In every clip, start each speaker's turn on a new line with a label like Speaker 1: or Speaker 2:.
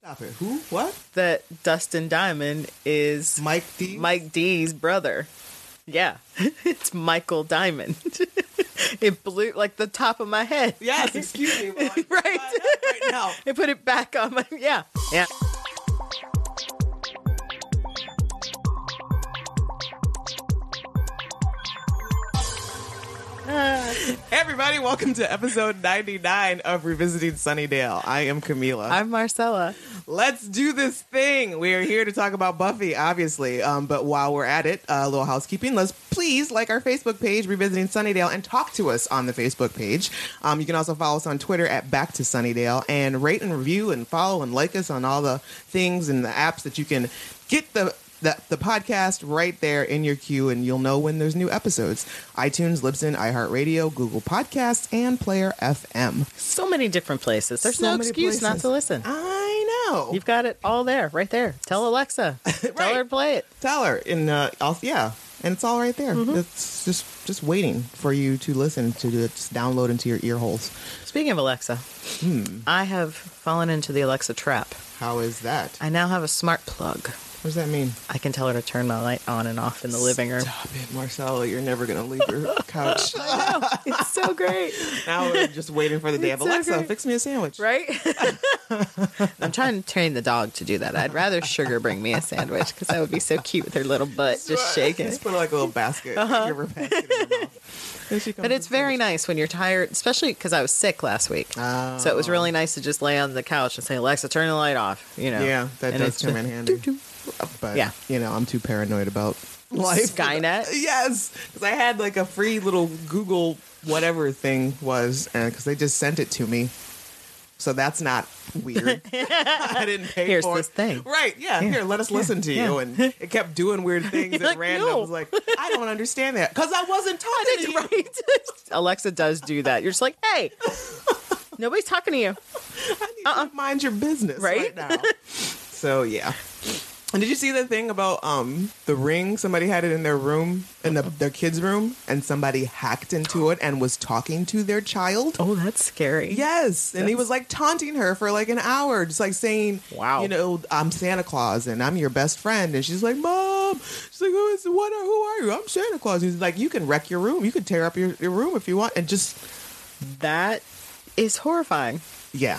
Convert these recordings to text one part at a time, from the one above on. Speaker 1: Stop it. Who? What?
Speaker 2: that Dustin Diamond is
Speaker 1: Mike D.
Speaker 2: Mike D's brother. Yeah, it's Michael Diamond. it blew like the top of my head.
Speaker 1: Yes. Excuse me. Well, I'm
Speaker 2: Right.
Speaker 1: right now.
Speaker 2: It put it back on my yeah yeah.
Speaker 1: Hey, everybody, welcome to episode 99 of Revisiting Sunnydale. I am Camila.
Speaker 2: I'm Marcella.
Speaker 1: Let's do this thing. We are here to talk about Buffy, obviously. Um, but while we're at it, uh, a little housekeeping. Let's please like our Facebook page, Revisiting Sunnydale, and talk to us on the Facebook page. Um, you can also follow us on Twitter at Back to Sunnydale and rate and review and follow and like us on all the things and the apps that you can get the. The, the podcast right there in your queue, and you'll know when there's new episodes. iTunes, Libsyn, iHeartRadio, Google Podcasts, and Player FM.
Speaker 2: So many different places. There's
Speaker 1: So
Speaker 2: no
Speaker 1: many
Speaker 2: excuse not
Speaker 1: places.
Speaker 2: to listen.
Speaker 1: I know.
Speaker 2: You've got it all there, right there. Tell Alexa. Tell
Speaker 1: Right.
Speaker 2: her to play it.
Speaker 1: Tell her, and uh, I'll, yeah, and it's all right there. It's just just waiting for you to listen to it, just download into your ear holes.
Speaker 2: Speaking of Alexa,
Speaker 1: Hmm.
Speaker 2: I have fallen into the Alexa trap.
Speaker 1: How is that?
Speaker 2: I now have a smart plug.
Speaker 1: What does that mean?
Speaker 2: I can tell her to turn my light on and off in the living room.
Speaker 1: Stop it, Marcella. You're never gonna leave your couch.
Speaker 2: It's so great,
Speaker 1: now we're just waiting for the day of
Speaker 2: It's so
Speaker 1: Alexa.
Speaker 2: great.
Speaker 1: Fix me a sandwich.
Speaker 2: right? I'm trying to train the dog to do that. I'd rather Sugar bring me a sandwich because that would be so cute with her little butt just shaking.
Speaker 1: Just put like a little basket. Give her a basket in her mouth. Then she comes
Speaker 2: But it's
Speaker 1: and-
Speaker 2: very nice when you're tired, especially because I was sick last week.
Speaker 1: Oh.
Speaker 2: So it was really nice to just lay on the couch and say, Alexa, turn the light off. You know,
Speaker 1: Yeah, that
Speaker 2: And
Speaker 1: does
Speaker 2: it's
Speaker 1: come
Speaker 2: been-
Speaker 1: in handy.
Speaker 2: doop,
Speaker 1: But
Speaker 2: Yeah.
Speaker 1: you know, I'm too paranoid about life.
Speaker 2: Skynet?
Speaker 1: yes, because I had like a free little Google whatever thing was, and because they just sent it to me, so that's not weird. I didn't pay
Speaker 2: Here's
Speaker 1: for
Speaker 2: this
Speaker 1: it.
Speaker 2: thing.
Speaker 1: Right? Yeah, Here, let us listen to you, and it kept doing weird things at
Speaker 2: like,
Speaker 1: random. I was
Speaker 2: no.
Speaker 1: like, I don't understand that because I wasn't talking to you.
Speaker 2: Right? Alexa does do that. You're just like, hey, nobody's talking to you.
Speaker 1: I need you to mind your business right,
Speaker 2: Uh-uh. Right?
Speaker 1: now. so yeah. And did you see the thing about um the ring? Somebody had it in their room, in the, their kid's room, and somebody hacked into it and was talking to their child.
Speaker 2: Oh, that's scary.
Speaker 1: Yes, and he was like taunting her for like an hour, just like saying,
Speaker 2: Wow.
Speaker 1: you know, I'm Santa Claus and I'm your best friend." And she's like, "Mom," she's like, "Who is what? Are, who are you? I'm Santa Claus." He's like, "You can wreck your room. You can tear up your, your room if you want." And just
Speaker 2: That is horrifying.
Speaker 1: yeah,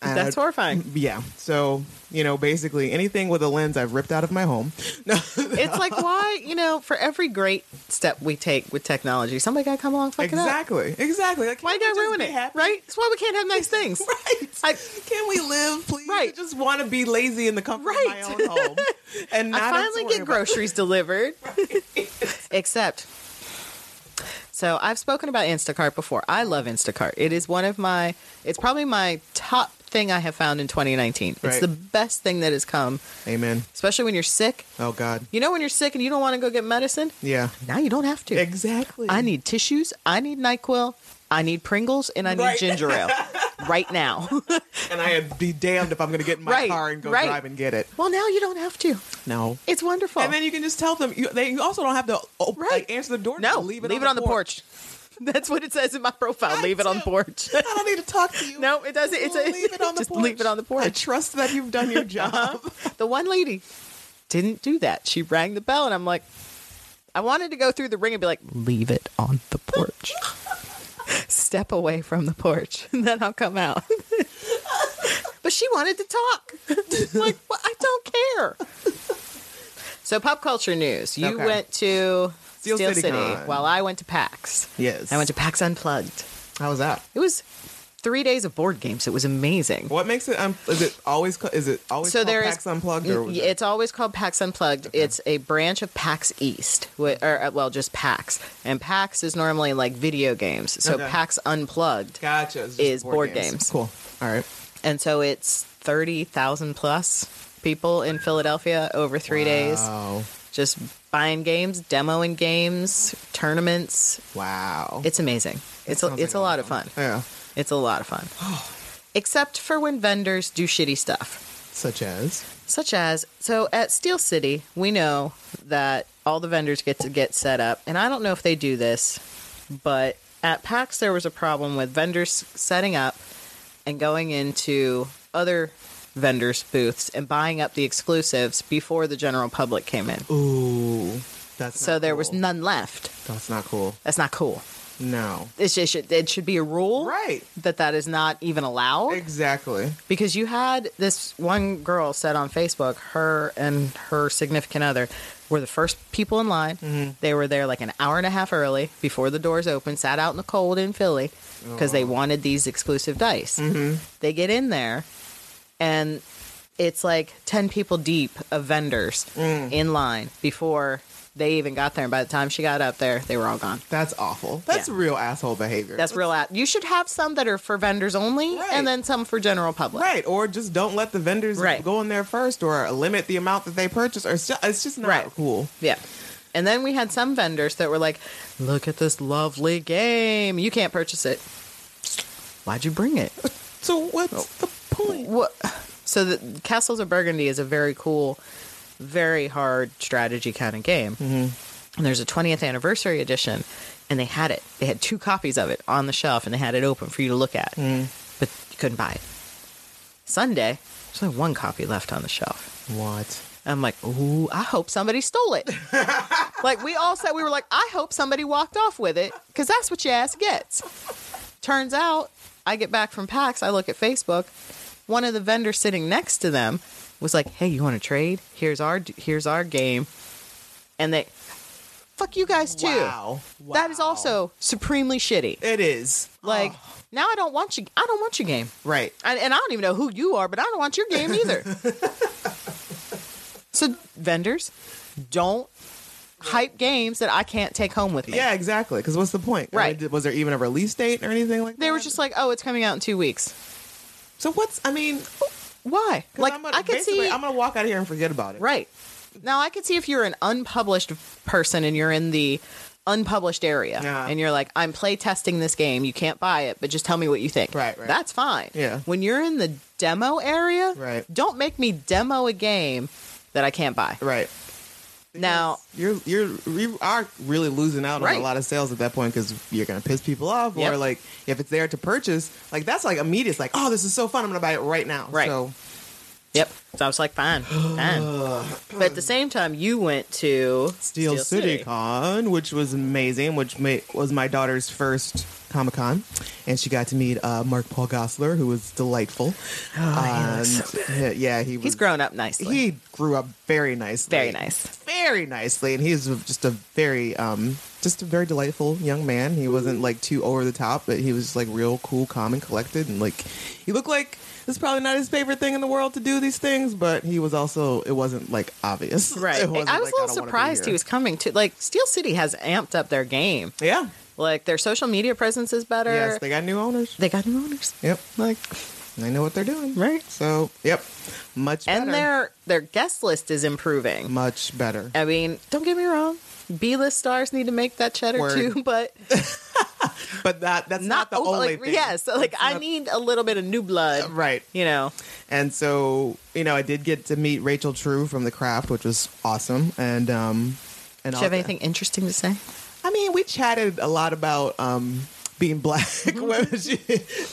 Speaker 1: And
Speaker 2: That's
Speaker 1: I-
Speaker 2: horrifying.
Speaker 1: yeah. So, you know, basically anything with a lens I've ripped out of my home. No.
Speaker 2: It's like why you know for every great step we take with technology, somebody got to come along and fuck it up.
Speaker 1: exactly. Exactly. Like,
Speaker 2: Why you
Speaker 1: can't
Speaker 2: gotta
Speaker 1: we just
Speaker 2: ruin
Speaker 1: be
Speaker 2: it?
Speaker 1: happy?
Speaker 2: Right? That's why we can't have nice things.
Speaker 1: Right.
Speaker 2: I-
Speaker 1: Can we live, please?
Speaker 2: Right.
Speaker 1: I just want to be lazy in the comfort
Speaker 2: Right.
Speaker 1: of my own home. And not
Speaker 2: I
Speaker 1: have to
Speaker 2: finally
Speaker 1: worry
Speaker 2: get
Speaker 1: about-
Speaker 2: groceries delivered. Except, so I've spoken about Instacart before. I love Instacart. It is one of my, it's probably my top thing I have found in 2019. It's
Speaker 1: Right.
Speaker 2: the best thing that has come,
Speaker 1: Amen.
Speaker 2: especially when you're sick.
Speaker 1: Oh God.
Speaker 2: You know, when you're sick and you don't want to go get medicine?
Speaker 1: Yeah.
Speaker 2: Now you don't have to.
Speaker 1: Exactly.
Speaker 2: I need tissues. I need NyQuil. I need Pringles and I need
Speaker 1: Right.
Speaker 2: ginger ale right now.
Speaker 1: and I'd be damned if I'm going to get in my
Speaker 2: Right,
Speaker 1: car and go
Speaker 2: right.
Speaker 1: drive and get it.
Speaker 2: well, now you don't have to.
Speaker 1: No.
Speaker 2: It's wonderful.
Speaker 1: And then you can just tell them. You, they you also don't have to oh,
Speaker 2: Right.
Speaker 1: like, answer the door.
Speaker 2: no,
Speaker 1: leave it on
Speaker 2: the porch. That's what it says in my profile.
Speaker 1: I
Speaker 2: leave it on the
Speaker 1: do.
Speaker 2: porch.
Speaker 1: I don't need to talk to you.
Speaker 2: No, it doesn't. It's a,
Speaker 1: leave it on the
Speaker 2: just
Speaker 1: porch.
Speaker 2: leave it on the
Speaker 1: I
Speaker 2: porch.
Speaker 1: trust that you've done your
Speaker 2: Uh-huh.
Speaker 1: job.
Speaker 2: The one lady didn't do that. She rang the bell, and I'm like, I wanted to go through the ring and be like, leave it on the porch. Step away from the porch, and then I'll come out. but she wanted to talk. like, well, I don't care. So, pop culture news. You
Speaker 1: Okay.
Speaker 2: went to
Speaker 1: Steel
Speaker 2: Steel,
Speaker 1: City
Speaker 2: City,
Speaker 1: Con.
Speaker 2: while I went to PAX.
Speaker 1: Yes.
Speaker 2: I went to PAX Unplugged.
Speaker 1: How was that?
Speaker 2: It was three days of board games. It was amazing.
Speaker 1: What makes it? Um, is it always? ca- Is it always?
Speaker 2: So
Speaker 1: called
Speaker 2: there is-
Speaker 1: PAX unplugged. Or was
Speaker 2: Yeah,
Speaker 1: it-
Speaker 2: It's always called PAX Unplugged. It's a branch of PAX East, wh- or uh, well, just PAX. And PAX is normally like video games. So
Speaker 1: Okay.
Speaker 2: PAX Unplugged,
Speaker 1: gotcha. It's just
Speaker 2: is board games.
Speaker 1: Cool. All right.
Speaker 2: and so it's thirty thousand plus people in Philadelphia over three days,
Speaker 1: Wow.
Speaker 2: just buying games, demoing games, tournaments.
Speaker 1: Wow.
Speaker 2: It's amazing. It's a,
Speaker 1: Sounds
Speaker 2: it's
Speaker 1: like
Speaker 2: a lot of
Speaker 1: lot
Speaker 2: fun.
Speaker 1: yeah.
Speaker 2: It's a lot of fun. Except for when vendors do shitty stuff.
Speaker 1: Such as.
Speaker 2: such as so at Steel City, we know that all the vendors get to get set up, and I don't know if they do this, but at PAX there was a problem with vendors setting up and going into other vendors' booths and buying up the exclusives before the general public came in.
Speaker 1: Ooh, that's
Speaker 2: so
Speaker 1: not
Speaker 2: there was
Speaker 1: cool.
Speaker 2: none left.
Speaker 1: That's not cool.
Speaker 2: That's not cool.
Speaker 1: No.
Speaker 2: It's just, it should- it should be a rule
Speaker 1: Right.
Speaker 2: that that is not even allowed.
Speaker 1: Exactly.
Speaker 2: because you had this one girl said on Facebook, her and her significant other were the first people in line. They were there like an hour and a half early before the doors opened, sat out in the cold in Philly because they wanted these exclusive dice. They get in there and it's like 10 people deep of vendors in line before they even got there. And by the time she got up there, they were all gone.
Speaker 1: That's awful. That's
Speaker 2: Yeah.
Speaker 1: real asshole behavior.
Speaker 2: That's real. Out. You should have some that are for vendors only,
Speaker 1: Right.
Speaker 2: and then some for general public.
Speaker 1: Right, or just don't let the vendors
Speaker 2: Right.
Speaker 1: go in there first, or limit the amount that they purchase, or st- it's just not
Speaker 2: Right.
Speaker 1: cool.
Speaker 2: Yeah. And then we had some vendors that were like, look at this lovely game. You can't purchase it. Why'd you bring it?
Speaker 1: So what's the point?
Speaker 2: What? So, the Castles of Burgundy is a very cool, very hard strategy kind of game. And there's a 20th anniversary edition, and they had it. They had two copies of it on the shelf, and they had it open for you to look at, but you couldn't buy it. Sunday, there's only one copy left on the shelf.
Speaker 1: What?
Speaker 2: I'm like, ooh, I hope somebody stole it. like we all said, we were like, I hope somebody walked off with it because that's what your ass gets. Turns out, I get back from PAX, I look at Facebook. One of the vendors sitting next to them was like, "Hey, you want to trade? Here's our here's our game," and they, fuck you guys too.
Speaker 1: Wow.
Speaker 2: That is
Speaker 1: Wow.
Speaker 2: also supremely shitty.
Speaker 1: It is
Speaker 2: Like
Speaker 1: Oh,
Speaker 2: now, I don't want you. I don't want your game.
Speaker 1: right.
Speaker 2: And, and I don't even know who you are, but I don't want your game either. so, vendors, don't hype games that I can't take home with me.
Speaker 1: Yeah, exactly. Because what's the point? I mean,
Speaker 2: Right.
Speaker 1: did- was there even a release date or anything like that?
Speaker 2: They were just like, oh, it's coming out in two weeks.
Speaker 1: So what's? I mean, 'cause
Speaker 2: Why? Like,
Speaker 1: I'm gonna,
Speaker 2: I could
Speaker 1: basically,
Speaker 2: see.
Speaker 1: I'm gonna walk out of here and forget about it.
Speaker 2: right. Now, I could see if you're an unpublished person and you're in the unpublished area
Speaker 1: Yeah.
Speaker 2: and you're like, I'm play testing this game. You can't buy it, but just tell me what you think.
Speaker 1: Right, right.
Speaker 2: That's fine.
Speaker 1: Yeah.
Speaker 2: When you're in the demo area,
Speaker 1: Right.
Speaker 2: don't make me demo a game that I can't buy.
Speaker 1: Right.
Speaker 2: Now,
Speaker 1: You're you're you are really losing out on
Speaker 2: Right.
Speaker 1: a lot of sales at that point because you're gonna piss people off,
Speaker 2: Yep.
Speaker 1: or like if it's there to purchase, like that's like immediate. It's like, oh, this is so fun, I'm gonna buy it right now.
Speaker 2: Right.
Speaker 1: So
Speaker 2: Yep. So I was like, fine, fine. but at the same time, you went to
Speaker 1: Steel, City, Con, which was amazing, which ma- was my daughter's first Comic Con, and she got to meet uh, Mark Paul Gossler, who was delightful.
Speaker 2: Oh, he looks
Speaker 1: And, uh, yeah, he was.
Speaker 2: He's grown up nicely.
Speaker 1: He grew up very nicely.
Speaker 2: Very nice.
Speaker 1: very nicely, and he's just a very, um, just a very delightful young man. He wasn't like too over the top, but he was like real cool, calm, and collected, and like he looked like it's probably not his favorite thing in the world to do these things, but he was also it wasn't like obvious,
Speaker 2: Right.
Speaker 1: It wasn't,
Speaker 2: I was
Speaker 1: like, don't
Speaker 2: a little
Speaker 1: wanna be
Speaker 2: surprised he
Speaker 1: here.
Speaker 2: was coming to like Steel City has amped up their game.
Speaker 1: Yeah.
Speaker 2: Like their social media presence is better.
Speaker 1: Yes,
Speaker 2: they-,
Speaker 1: they got new owners.
Speaker 2: got new owners.
Speaker 1: Yep.
Speaker 2: Like
Speaker 1: They know what they're doing.
Speaker 2: Right.
Speaker 1: So, yep. Much better.
Speaker 2: and their their guest list is improving.
Speaker 1: much better.
Speaker 2: I mean, don't get me wrong. B list stars need to make that cheddar
Speaker 1: Word.
Speaker 2: too, but
Speaker 1: But that that's not, the
Speaker 2: over-
Speaker 1: only
Speaker 2: like,
Speaker 1: thing.
Speaker 2: Yes, like I
Speaker 1: not-
Speaker 2: need a little bit of new blood,
Speaker 1: Right.
Speaker 2: You know,
Speaker 1: And so, you know, I did get to meet Rachel True from The Craft, which was awesome. And um and
Speaker 2: do
Speaker 1: all
Speaker 2: you have
Speaker 1: that.
Speaker 2: anything interesting to say?
Speaker 1: I mean, we chatted a lot about um being black women She-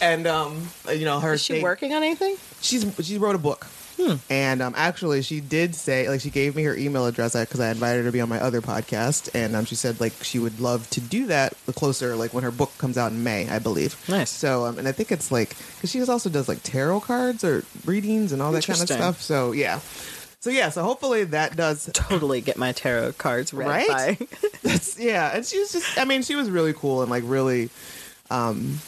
Speaker 1: and um you know her
Speaker 2: Is she
Speaker 1: thing-
Speaker 2: working on anything?
Speaker 1: she's she wrote a book
Speaker 2: Hmm.
Speaker 1: and um, actually she did say like she gave me her email address because i invited her to be on my other podcast and um, she said like she would love to do that the closer like when her book comes out in may i believe
Speaker 2: Nice.
Speaker 1: so um, and i think it's like because she also does like tarot cards or readings and all that kind of
Speaker 2: Interesting.
Speaker 1: stuff so yeah so yeah so hopefully that does
Speaker 2: totally get my tarot cards read
Speaker 1: Right?
Speaker 2: by.
Speaker 1: That's yeah, and she was just I mean, she was really cool and like really um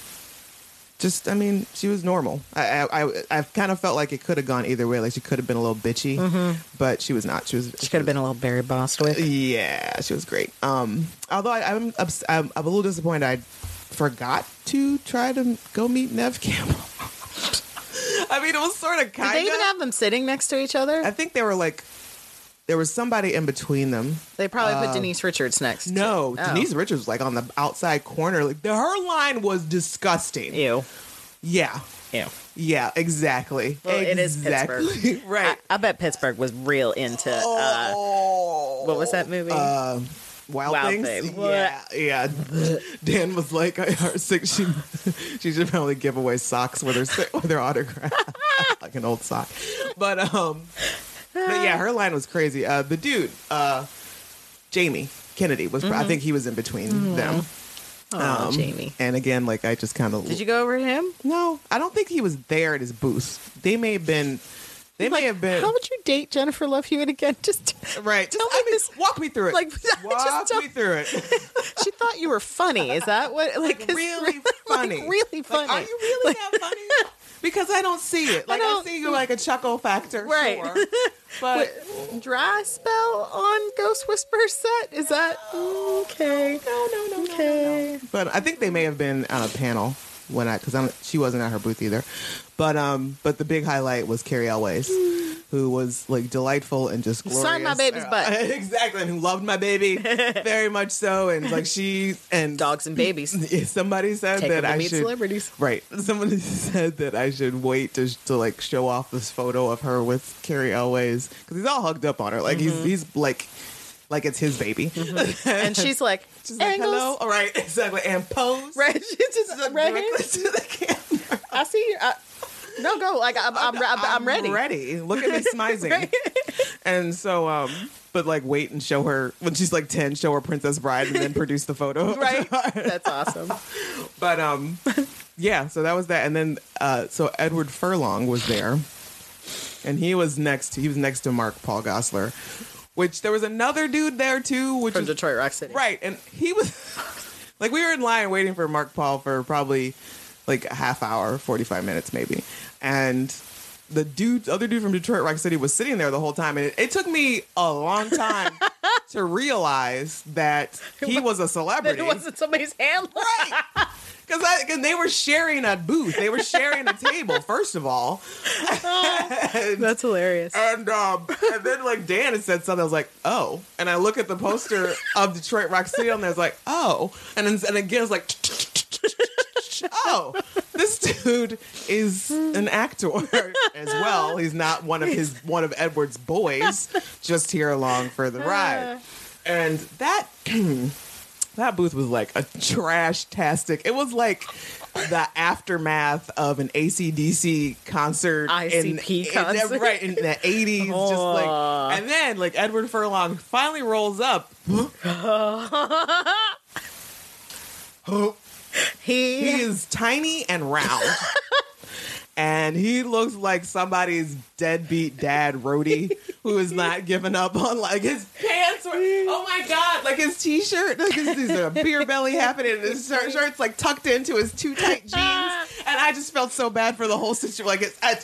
Speaker 1: just I mean, she was normal. I I I, I kind of felt like it could have gone either way. Like she could have been a little bitchy,
Speaker 2: Mm-hmm.
Speaker 1: but she was not. She was
Speaker 2: She could have been a little Barry Bostwick.
Speaker 1: yeah, she was great. Um although I, I'm, ups- I'm I'm a little disappointed I forgot to try to go meet Nev Campbell. I mean, it was sort of
Speaker 2: Did
Speaker 1: kind
Speaker 2: they
Speaker 1: of
Speaker 2: even have them sitting next to each other?
Speaker 1: I think they were like there was somebody in between them
Speaker 2: they probably put Denise Richards next. to-
Speaker 1: uh, No,
Speaker 2: Oh.
Speaker 1: Denise Richards was like on the outside corner. Like the, her line was disgusting.
Speaker 2: Ew.
Speaker 1: Yeah,
Speaker 2: Ew.
Speaker 1: yeah, exactly.
Speaker 2: Well, it is
Speaker 1: exactly.
Speaker 2: Pittsburgh.
Speaker 1: right?
Speaker 2: I, I bet Pittsburgh was real into. Uh,
Speaker 1: oh,
Speaker 2: what was that movie?
Speaker 1: Um, Wild,
Speaker 2: Wild
Speaker 1: Things.
Speaker 2: Thing.
Speaker 1: Yeah, yeah. Dan was like, I, her, sick- she she should probably give away socks with her si- with her autograph, like an old sock. But um, but yeah, her line was crazy. Uh, the dude, uh, Jamie Kennedy was. pro I think he was in between them.
Speaker 2: Oh, Mm-hmm.
Speaker 1: um,
Speaker 2: Jamie.
Speaker 1: And again, like I just kind of
Speaker 2: Did you go over to him?
Speaker 1: No, I don't think he was there at his booth. They may have been. They may have been.
Speaker 2: How would you date Jennifer Love Hewitt again? Just
Speaker 1: Right. Just,
Speaker 2: Tell
Speaker 1: I
Speaker 2: me
Speaker 1: mean,
Speaker 2: this-
Speaker 1: walk me through it.
Speaker 2: like, I just
Speaker 1: walk
Speaker 2: don't-
Speaker 1: me through it.
Speaker 2: she thought you were funny. Is that what? Like,
Speaker 1: Like,
Speaker 2: it's
Speaker 1: really funny.
Speaker 2: really
Speaker 1: Like, are
Speaker 2: funny.
Speaker 1: you really that funny? Because I don't see it. Like I,
Speaker 2: don't-
Speaker 1: see you like a chuckle factor,
Speaker 2: Right.
Speaker 1: Sure. But
Speaker 2: dry spell on Ghost Whisperer set? Is that okay?
Speaker 1: no, no, no, no,
Speaker 2: Okay.
Speaker 1: no, no. But I think they may have been on a panel when I because she wasn't at her booth either. But um, but the big highlight was Carrie Elways, who was like delightful and just glorious.
Speaker 2: Signed my baby's butt.
Speaker 1: exactly, and who loved my baby very much so. And like she and
Speaker 2: Dogs and babies.
Speaker 1: Yeah, somebody said
Speaker 2: Take
Speaker 1: that
Speaker 2: them to
Speaker 1: I
Speaker 2: meet
Speaker 1: should
Speaker 2: celebrities.
Speaker 1: right. Somebody said that I should wait to to like show off this photo of her with Carrie Elways because he's all hugged up on her. Like
Speaker 2: Mm-hmm.
Speaker 1: he's he's like like it's his baby.
Speaker 2: And she's like,
Speaker 1: She's like,
Speaker 2: Mm-hmm. angles.
Speaker 1: hello, all right, exactly, and pose
Speaker 2: Right, she's just right here.
Speaker 1: directly to the camera.
Speaker 2: I see you. I, no, go. Like I'm, I'm, I'm, I'm ready.
Speaker 1: Ready. Look at me smizing.
Speaker 2: Right.
Speaker 1: And so, um, but like wait and show her when she's like ten, show her Princess Bride, and then produce the photo.
Speaker 2: Right. That's awesome.
Speaker 1: but um yeah so that was that and then uh so edward furlong was there and he was next he was next to mark paul gossler which there was another dude there too which
Speaker 2: From
Speaker 1: is
Speaker 2: Detroit Rock City.
Speaker 1: right and he was like we were in line waiting for mark paul for probably like a half hour 45 minutes maybe and the dude other dude from detroit rock city was sitting there the whole time and it, it took me a long time to realize that he was a
Speaker 2: That
Speaker 1: celebrity
Speaker 2: it wasn't somebody's hand.
Speaker 1: because because they were sharing a booth, they were sharing a table. First of all,
Speaker 2: That's hilarious.
Speaker 1: and um, and then like Dan had said something. I was like, oh, and I look at the poster of Detroit Rock City, and there's like, oh, and then, and again, it's like. Oh, this dude is an actor as well. He's not one of his one of Edward's boys, just here along for the ride. And that that booth was like a trash tastic. It was like the aftermath of an ACDC concert. in-
Speaker 2: ICP
Speaker 1: in-
Speaker 2: concert.
Speaker 1: right, in the 80s. Just
Speaker 2: Aw.
Speaker 1: like, and then like Edward Furlong finally rolls up.
Speaker 2: He,
Speaker 1: He is tiny and round. And he looks like somebody's deadbeat dad roadie who is not giving up on like his pants were oh my god, like his t-shirt, like his, his uh, beer belly happening and his shirt, shirt's like tucked into his too tight jeans. And I just felt so bad for the whole situation. Like it's I,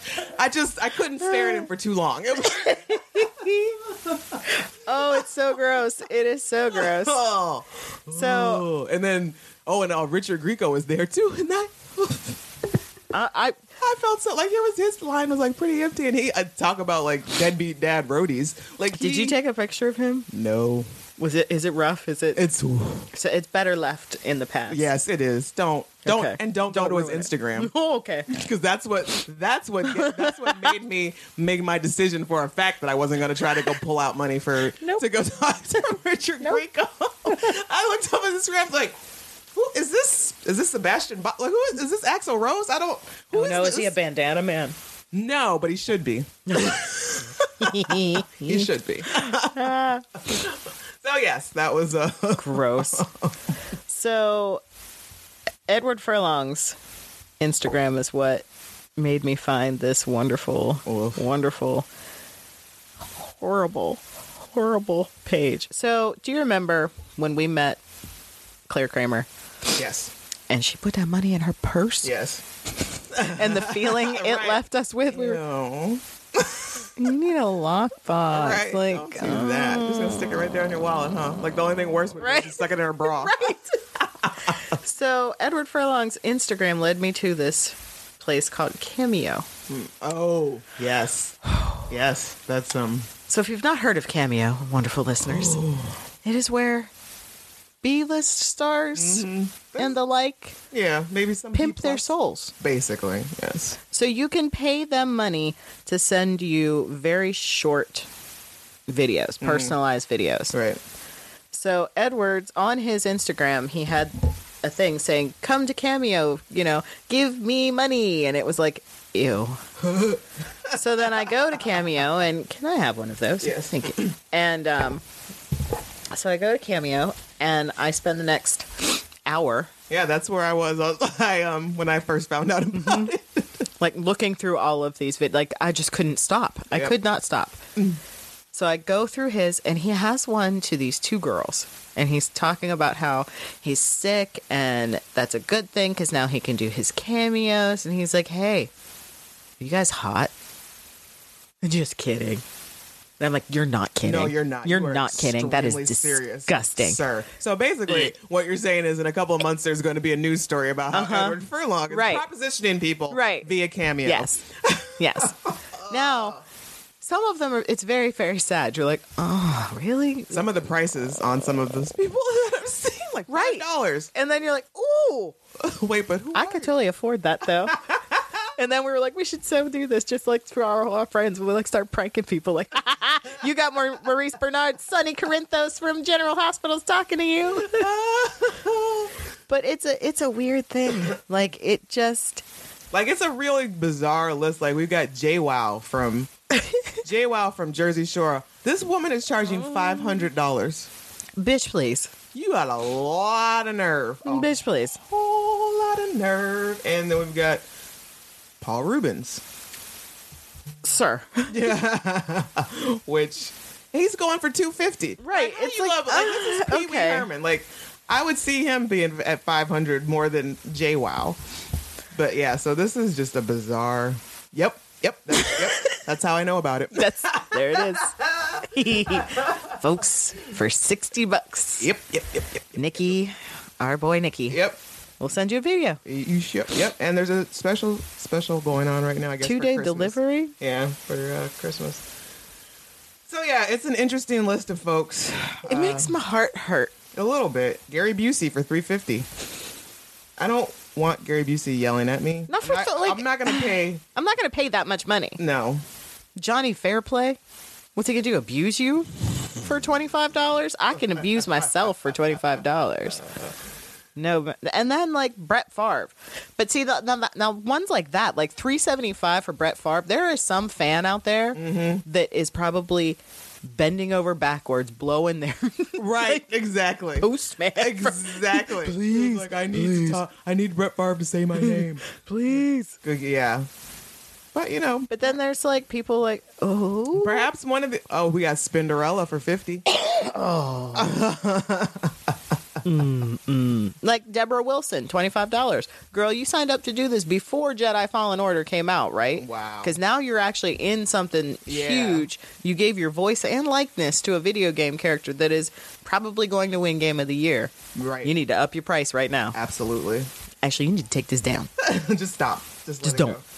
Speaker 1: I just I couldn't stare at him for too long. It was,
Speaker 2: oh, it's so gross. It is so gross.
Speaker 1: oh,
Speaker 2: So
Speaker 1: oh. and then oh and uh, Richard Grieco was there too, and I
Speaker 2: I, uh, I
Speaker 1: I felt so like it was his line was like pretty empty, and he i talk about like deadbeat dad roadies. Like,
Speaker 2: did
Speaker 1: he-
Speaker 2: you take a picture of him?
Speaker 1: No,
Speaker 2: Was it? Is it rough? Is it?
Speaker 1: it's
Speaker 2: so it's better left in the past.
Speaker 1: yes, it is. Don't don't
Speaker 2: Okay.
Speaker 1: and don't,
Speaker 2: Don't
Speaker 1: go to
Speaker 2: ruin
Speaker 1: his
Speaker 2: it.
Speaker 1: Instagram
Speaker 2: Oh, okay.
Speaker 1: because that's what that's what that's what made me make my decision for a fact that I wasn't going to try to go pull out money for
Speaker 2: Nope.
Speaker 1: to go talk to Richard Grieco. I looked up his Instagram like. Who is this? Is this Sebastian? Bach? Like who is, is this? Axel Rose? I don't. Who
Speaker 2: Oh no,
Speaker 1: this?
Speaker 2: is he a bandana man?
Speaker 1: no, but he should be. He should be. Mm. so yes, that was uh, a
Speaker 2: Gross. so, Edward Furlong's Instagram is what made me find this wonderful,
Speaker 1: Oof.
Speaker 2: wonderful, horrible, horrible page. So, do you remember when we met Claire Kramer
Speaker 1: yes,
Speaker 2: and she put that money in her purse?
Speaker 1: yes.
Speaker 2: And the feeling it
Speaker 1: Right.
Speaker 2: left us with, we were,
Speaker 1: No,
Speaker 2: you need a lockbox.
Speaker 1: right? Don't
Speaker 2: Like,
Speaker 1: do that. Just gonna stick it right there in your wallet, huh? Like the only thing worse would
Speaker 2: Right.
Speaker 1: be to stuck it in her bra.
Speaker 2: so Edward Furlong's Instagram led me to this place called Cameo.
Speaker 1: Oh, yes, yes. That's um.
Speaker 2: So if you've not heard of Cameo, wonderful listeners, it is where B-list stars and the like
Speaker 1: Yeah, maybe some
Speaker 2: pimp their
Speaker 1: people-
Speaker 2: souls.
Speaker 1: Basically, yes.
Speaker 2: So you can pay them money to send you very short videos, personalized videos.
Speaker 1: Right.
Speaker 2: So Edwards on his Instagram, he had a thing saying, "Come to Cameo, you know, give me money," and it was like, ew. so then I go to Cameo and can I have one of those?
Speaker 1: Yes.
Speaker 2: thank you. And um, so I go to Cameo and I spend the next hour
Speaker 1: Yeah, that's where I was. I, was- I um when I first found out about
Speaker 2: Mm-hmm.
Speaker 1: it.
Speaker 2: like looking through all of these vid like I just couldn't stop. I
Speaker 1: Yep.
Speaker 2: could not stop. So I go through his and he has one to these two girls and he's talking about how he's sick and that's a good thing cuz now he can do his cameos and he's like, "Hey, are you guys hot?" I'm just kidding. And I'm like, "You're not kidding."
Speaker 1: No, you're not.
Speaker 2: You're
Speaker 1: You are
Speaker 2: not kidding. That is
Speaker 1: extremely serious,
Speaker 2: disgusting. Mm.
Speaker 1: sir. So basically, what you're saying is, in a couple of months, there's going to be a news story about how Edward Furlong is
Speaker 2: Uh-huh. Right.
Speaker 1: propositioning people
Speaker 2: Right.
Speaker 1: via cameo.
Speaker 2: Yes. Yes. now, some of them are, it's very, very sad. You're like, oh, really?
Speaker 1: Some of the prices on some of those people that I've seen, like
Speaker 2: Right.
Speaker 1: five dollars.
Speaker 2: And then you're like, ooh,
Speaker 1: Wait, but who?
Speaker 2: I could totally afford that though. and then we were like, we should so do this just like for our, our friends. We'll like start pranking people. Like, you got Mar- Maurice Bernard, Sonny Corinthos from General Hospitals talking to you. but it's a it's a weird thing. Like it just
Speaker 1: Like it's a really bizarre list. Like we've got JWoww from JWoww from Jersey Shore. This woman is charging
Speaker 2: Oh.
Speaker 1: five hundred dollars.
Speaker 2: bitch please.
Speaker 1: You got a lot of nerve. A
Speaker 2: Bitch please.
Speaker 1: whole lot of nerve. And then we've got Paul Rubens,
Speaker 2: Sir.
Speaker 1: which he's going for two fifty.
Speaker 2: Right,
Speaker 1: Like,
Speaker 2: it's
Speaker 1: it's like,
Speaker 2: like,
Speaker 1: like this is
Speaker 2: uh,
Speaker 1: Pee Wee
Speaker 2: okay.
Speaker 1: Herman. Like I would see him being at five hundred more than JWoww. But yeah, so this is just a bizarre. Yep, yep, that's, yep. That's how I know about it.
Speaker 2: That's there it is. Folks, for sixty bucks.
Speaker 1: Yep, yep, yep, yep,
Speaker 2: Nikki, our boy Nikki.
Speaker 1: yep.
Speaker 2: We'll send you a video.
Speaker 1: You sh- yep, yep. And there's a special special going on right now. I guess for
Speaker 2: Two day
Speaker 1: Christmas.
Speaker 2: delivery.
Speaker 1: Yeah, for uh, Christmas. So yeah, it's an interesting list of folks. Uh,
Speaker 2: It makes my heart hurt.
Speaker 1: A little bit. Gary Busey for three fifty. I don't want Gary Busey yelling at me.
Speaker 2: Not for
Speaker 1: I'm
Speaker 2: so- like-
Speaker 1: I'm not gonna pay.
Speaker 2: I'm not going to pay that much money.
Speaker 1: No.
Speaker 2: Johnny Fairplay, what's he going to do? Abuse you for $25? I can abuse myself for $25. No, but- and then like Brett Favre, but see the, now, now ones like that, like three seventy five for Brett Favre. There is some fan out there that is probably bending over backwards, blowing their
Speaker 1: Right. exactly.
Speaker 2: postman.
Speaker 1: Exactly.
Speaker 2: Please,
Speaker 1: Like I need
Speaker 2: please.
Speaker 1: to talk. I need Brett Favre to say my name.
Speaker 2: please.
Speaker 1: Good- yeah. But you know,
Speaker 2: But then there's like people like, oh,
Speaker 1: Perhaps one of the oh, we got Spinderella for fifty.
Speaker 2: Like Deborah Wilson, $25. Girl, you signed up to do this before Jedi Fallen Order came out, right?
Speaker 1: Wow.
Speaker 2: Because now you're actually in something
Speaker 1: Yeah.
Speaker 2: huge. You gave your voice and likeness to a video game character that is probably going to win Game of the Year.
Speaker 1: Right.
Speaker 2: You need to up your price right now.
Speaker 1: absolutely.
Speaker 2: Actually, you need to take this down.
Speaker 1: Just stop. Just, let
Speaker 2: Just
Speaker 1: it
Speaker 2: don't.
Speaker 1: go.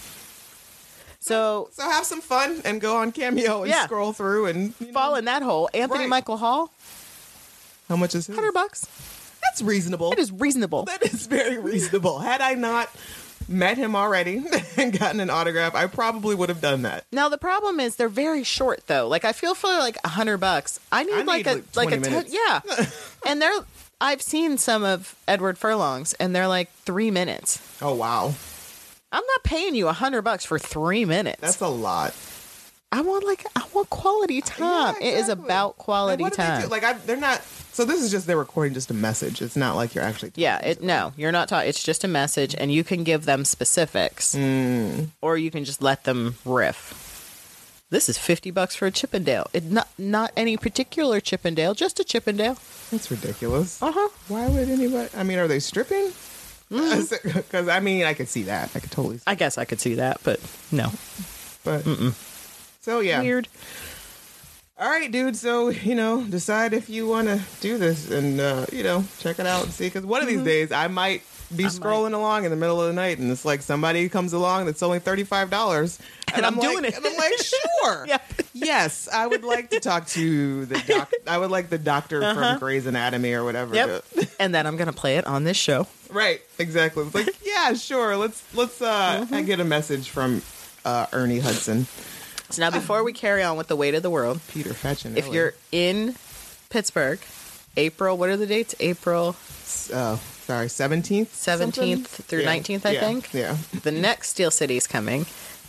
Speaker 2: So
Speaker 1: So have some fun and go on Cameo and
Speaker 2: Yeah.
Speaker 1: scroll through and you know,
Speaker 2: fall in that hole. Anthony
Speaker 1: Right.
Speaker 2: Michael Hall,
Speaker 1: How much is his?
Speaker 2: 100 bucks.
Speaker 1: That's reasonable.
Speaker 2: That is reasonable.
Speaker 1: That is very reasonable. Had I not met him already and gotten an autograph, I probably would have done that.
Speaker 2: Now the problem is they're very short though. Like I feel for like a hundred bucks. I need
Speaker 1: I
Speaker 2: like
Speaker 1: need,
Speaker 2: a
Speaker 1: like,
Speaker 2: like a
Speaker 1: 20
Speaker 2: ten,
Speaker 1: minutes.
Speaker 2: yeah. and they're I've seen some of Edward Furlong's and they're like three minutes.
Speaker 1: Oh wow,
Speaker 2: I'm not paying you a hundred bucks for three minutes.
Speaker 1: that's a lot.
Speaker 2: I want like I want quality time. It is
Speaker 1: exactly.
Speaker 2: about quality
Speaker 1: Like, what do they do?
Speaker 2: time.
Speaker 1: Like I, they're not. So this is just they're recording just a message. It's not like you're actually.
Speaker 2: yeah, it no, you're not talking. It's just a message, and you can give them specifics,
Speaker 1: Mm.
Speaker 2: or you can just let them riff. This is fifty bucks for a Chippendale. It not not any particular Chippendale, just a Chippendale.
Speaker 1: That's ridiculous.
Speaker 2: Uh huh.
Speaker 1: Why would anybody? I mean, are they stripping?
Speaker 2: Mm.
Speaker 1: Because I mean, I could see that. I could totally. See,
Speaker 2: I guess I could see that, but no.
Speaker 1: but so yeah.
Speaker 2: Weird.
Speaker 1: All right, dude. So you know, decide if you want to do this, and uh, you know, check it out and see. Because one of
Speaker 2: Mm-hmm.
Speaker 1: these days, I might be scrolling along in the middle of the night, and it's like somebody comes along that's only thirty five dollars,
Speaker 2: And I'm doing
Speaker 1: like-
Speaker 2: it.
Speaker 1: and I'm like, sure,
Speaker 2: Yeah.
Speaker 1: yes, I would like to talk to the doc. I would like the doctor
Speaker 2: Uh-huh.
Speaker 1: from Grey's Anatomy or whatever.
Speaker 2: Yep.
Speaker 1: to-
Speaker 2: and then I'm gonna play it on this show.
Speaker 1: Right, exactly. It's like, yeah, sure. Let's let's uh
Speaker 2: Mm-hmm.
Speaker 1: I get a message from uh Ernie Hudson,
Speaker 2: So now, before we carry on with the weight of the world,
Speaker 1: Peter Fetchin.
Speaker 2: if you're in Pittsburgh, April. What are the dates? April
Speaker 1: Oh, sorry, seventeenth,
Speaker 2: 17th through 19th, I think.
Speaker 1: Yeah.
Speaker 2: The next Steel City is coming,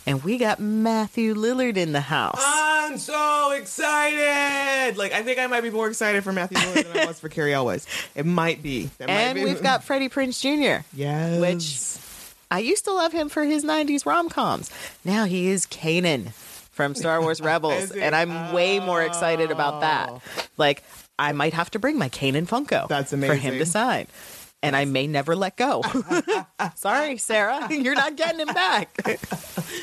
Speaker 2: and we got Matthew Lillard in the house.
Speaker 1: I'm so excited! Like, I think I might be more excited for Matthew Lillard than I was for Carrie Elwes. It might be. That might
Speaker 2: and
Speaker 1: be-
Speaker 2: we've got Freddie Prince Jr.
Speaker 1: yes,
Speaker 2: which
Speaker 1: Mm.
Speaker 2: I used to love him for his 90s rom coms. Now he is Kanan from Star Wars Rebels,
Speaker 1: he?
Speaker 2: and I'm way more excited about that. Like, I might have to bring my Kanan Funko
Speaker 1: Oh. That's
Speaker 2: for him to
Speaker 1: amazing.
Speaker 2: sign. And I may never let go. Sorry, Sarah, you're not getting him back.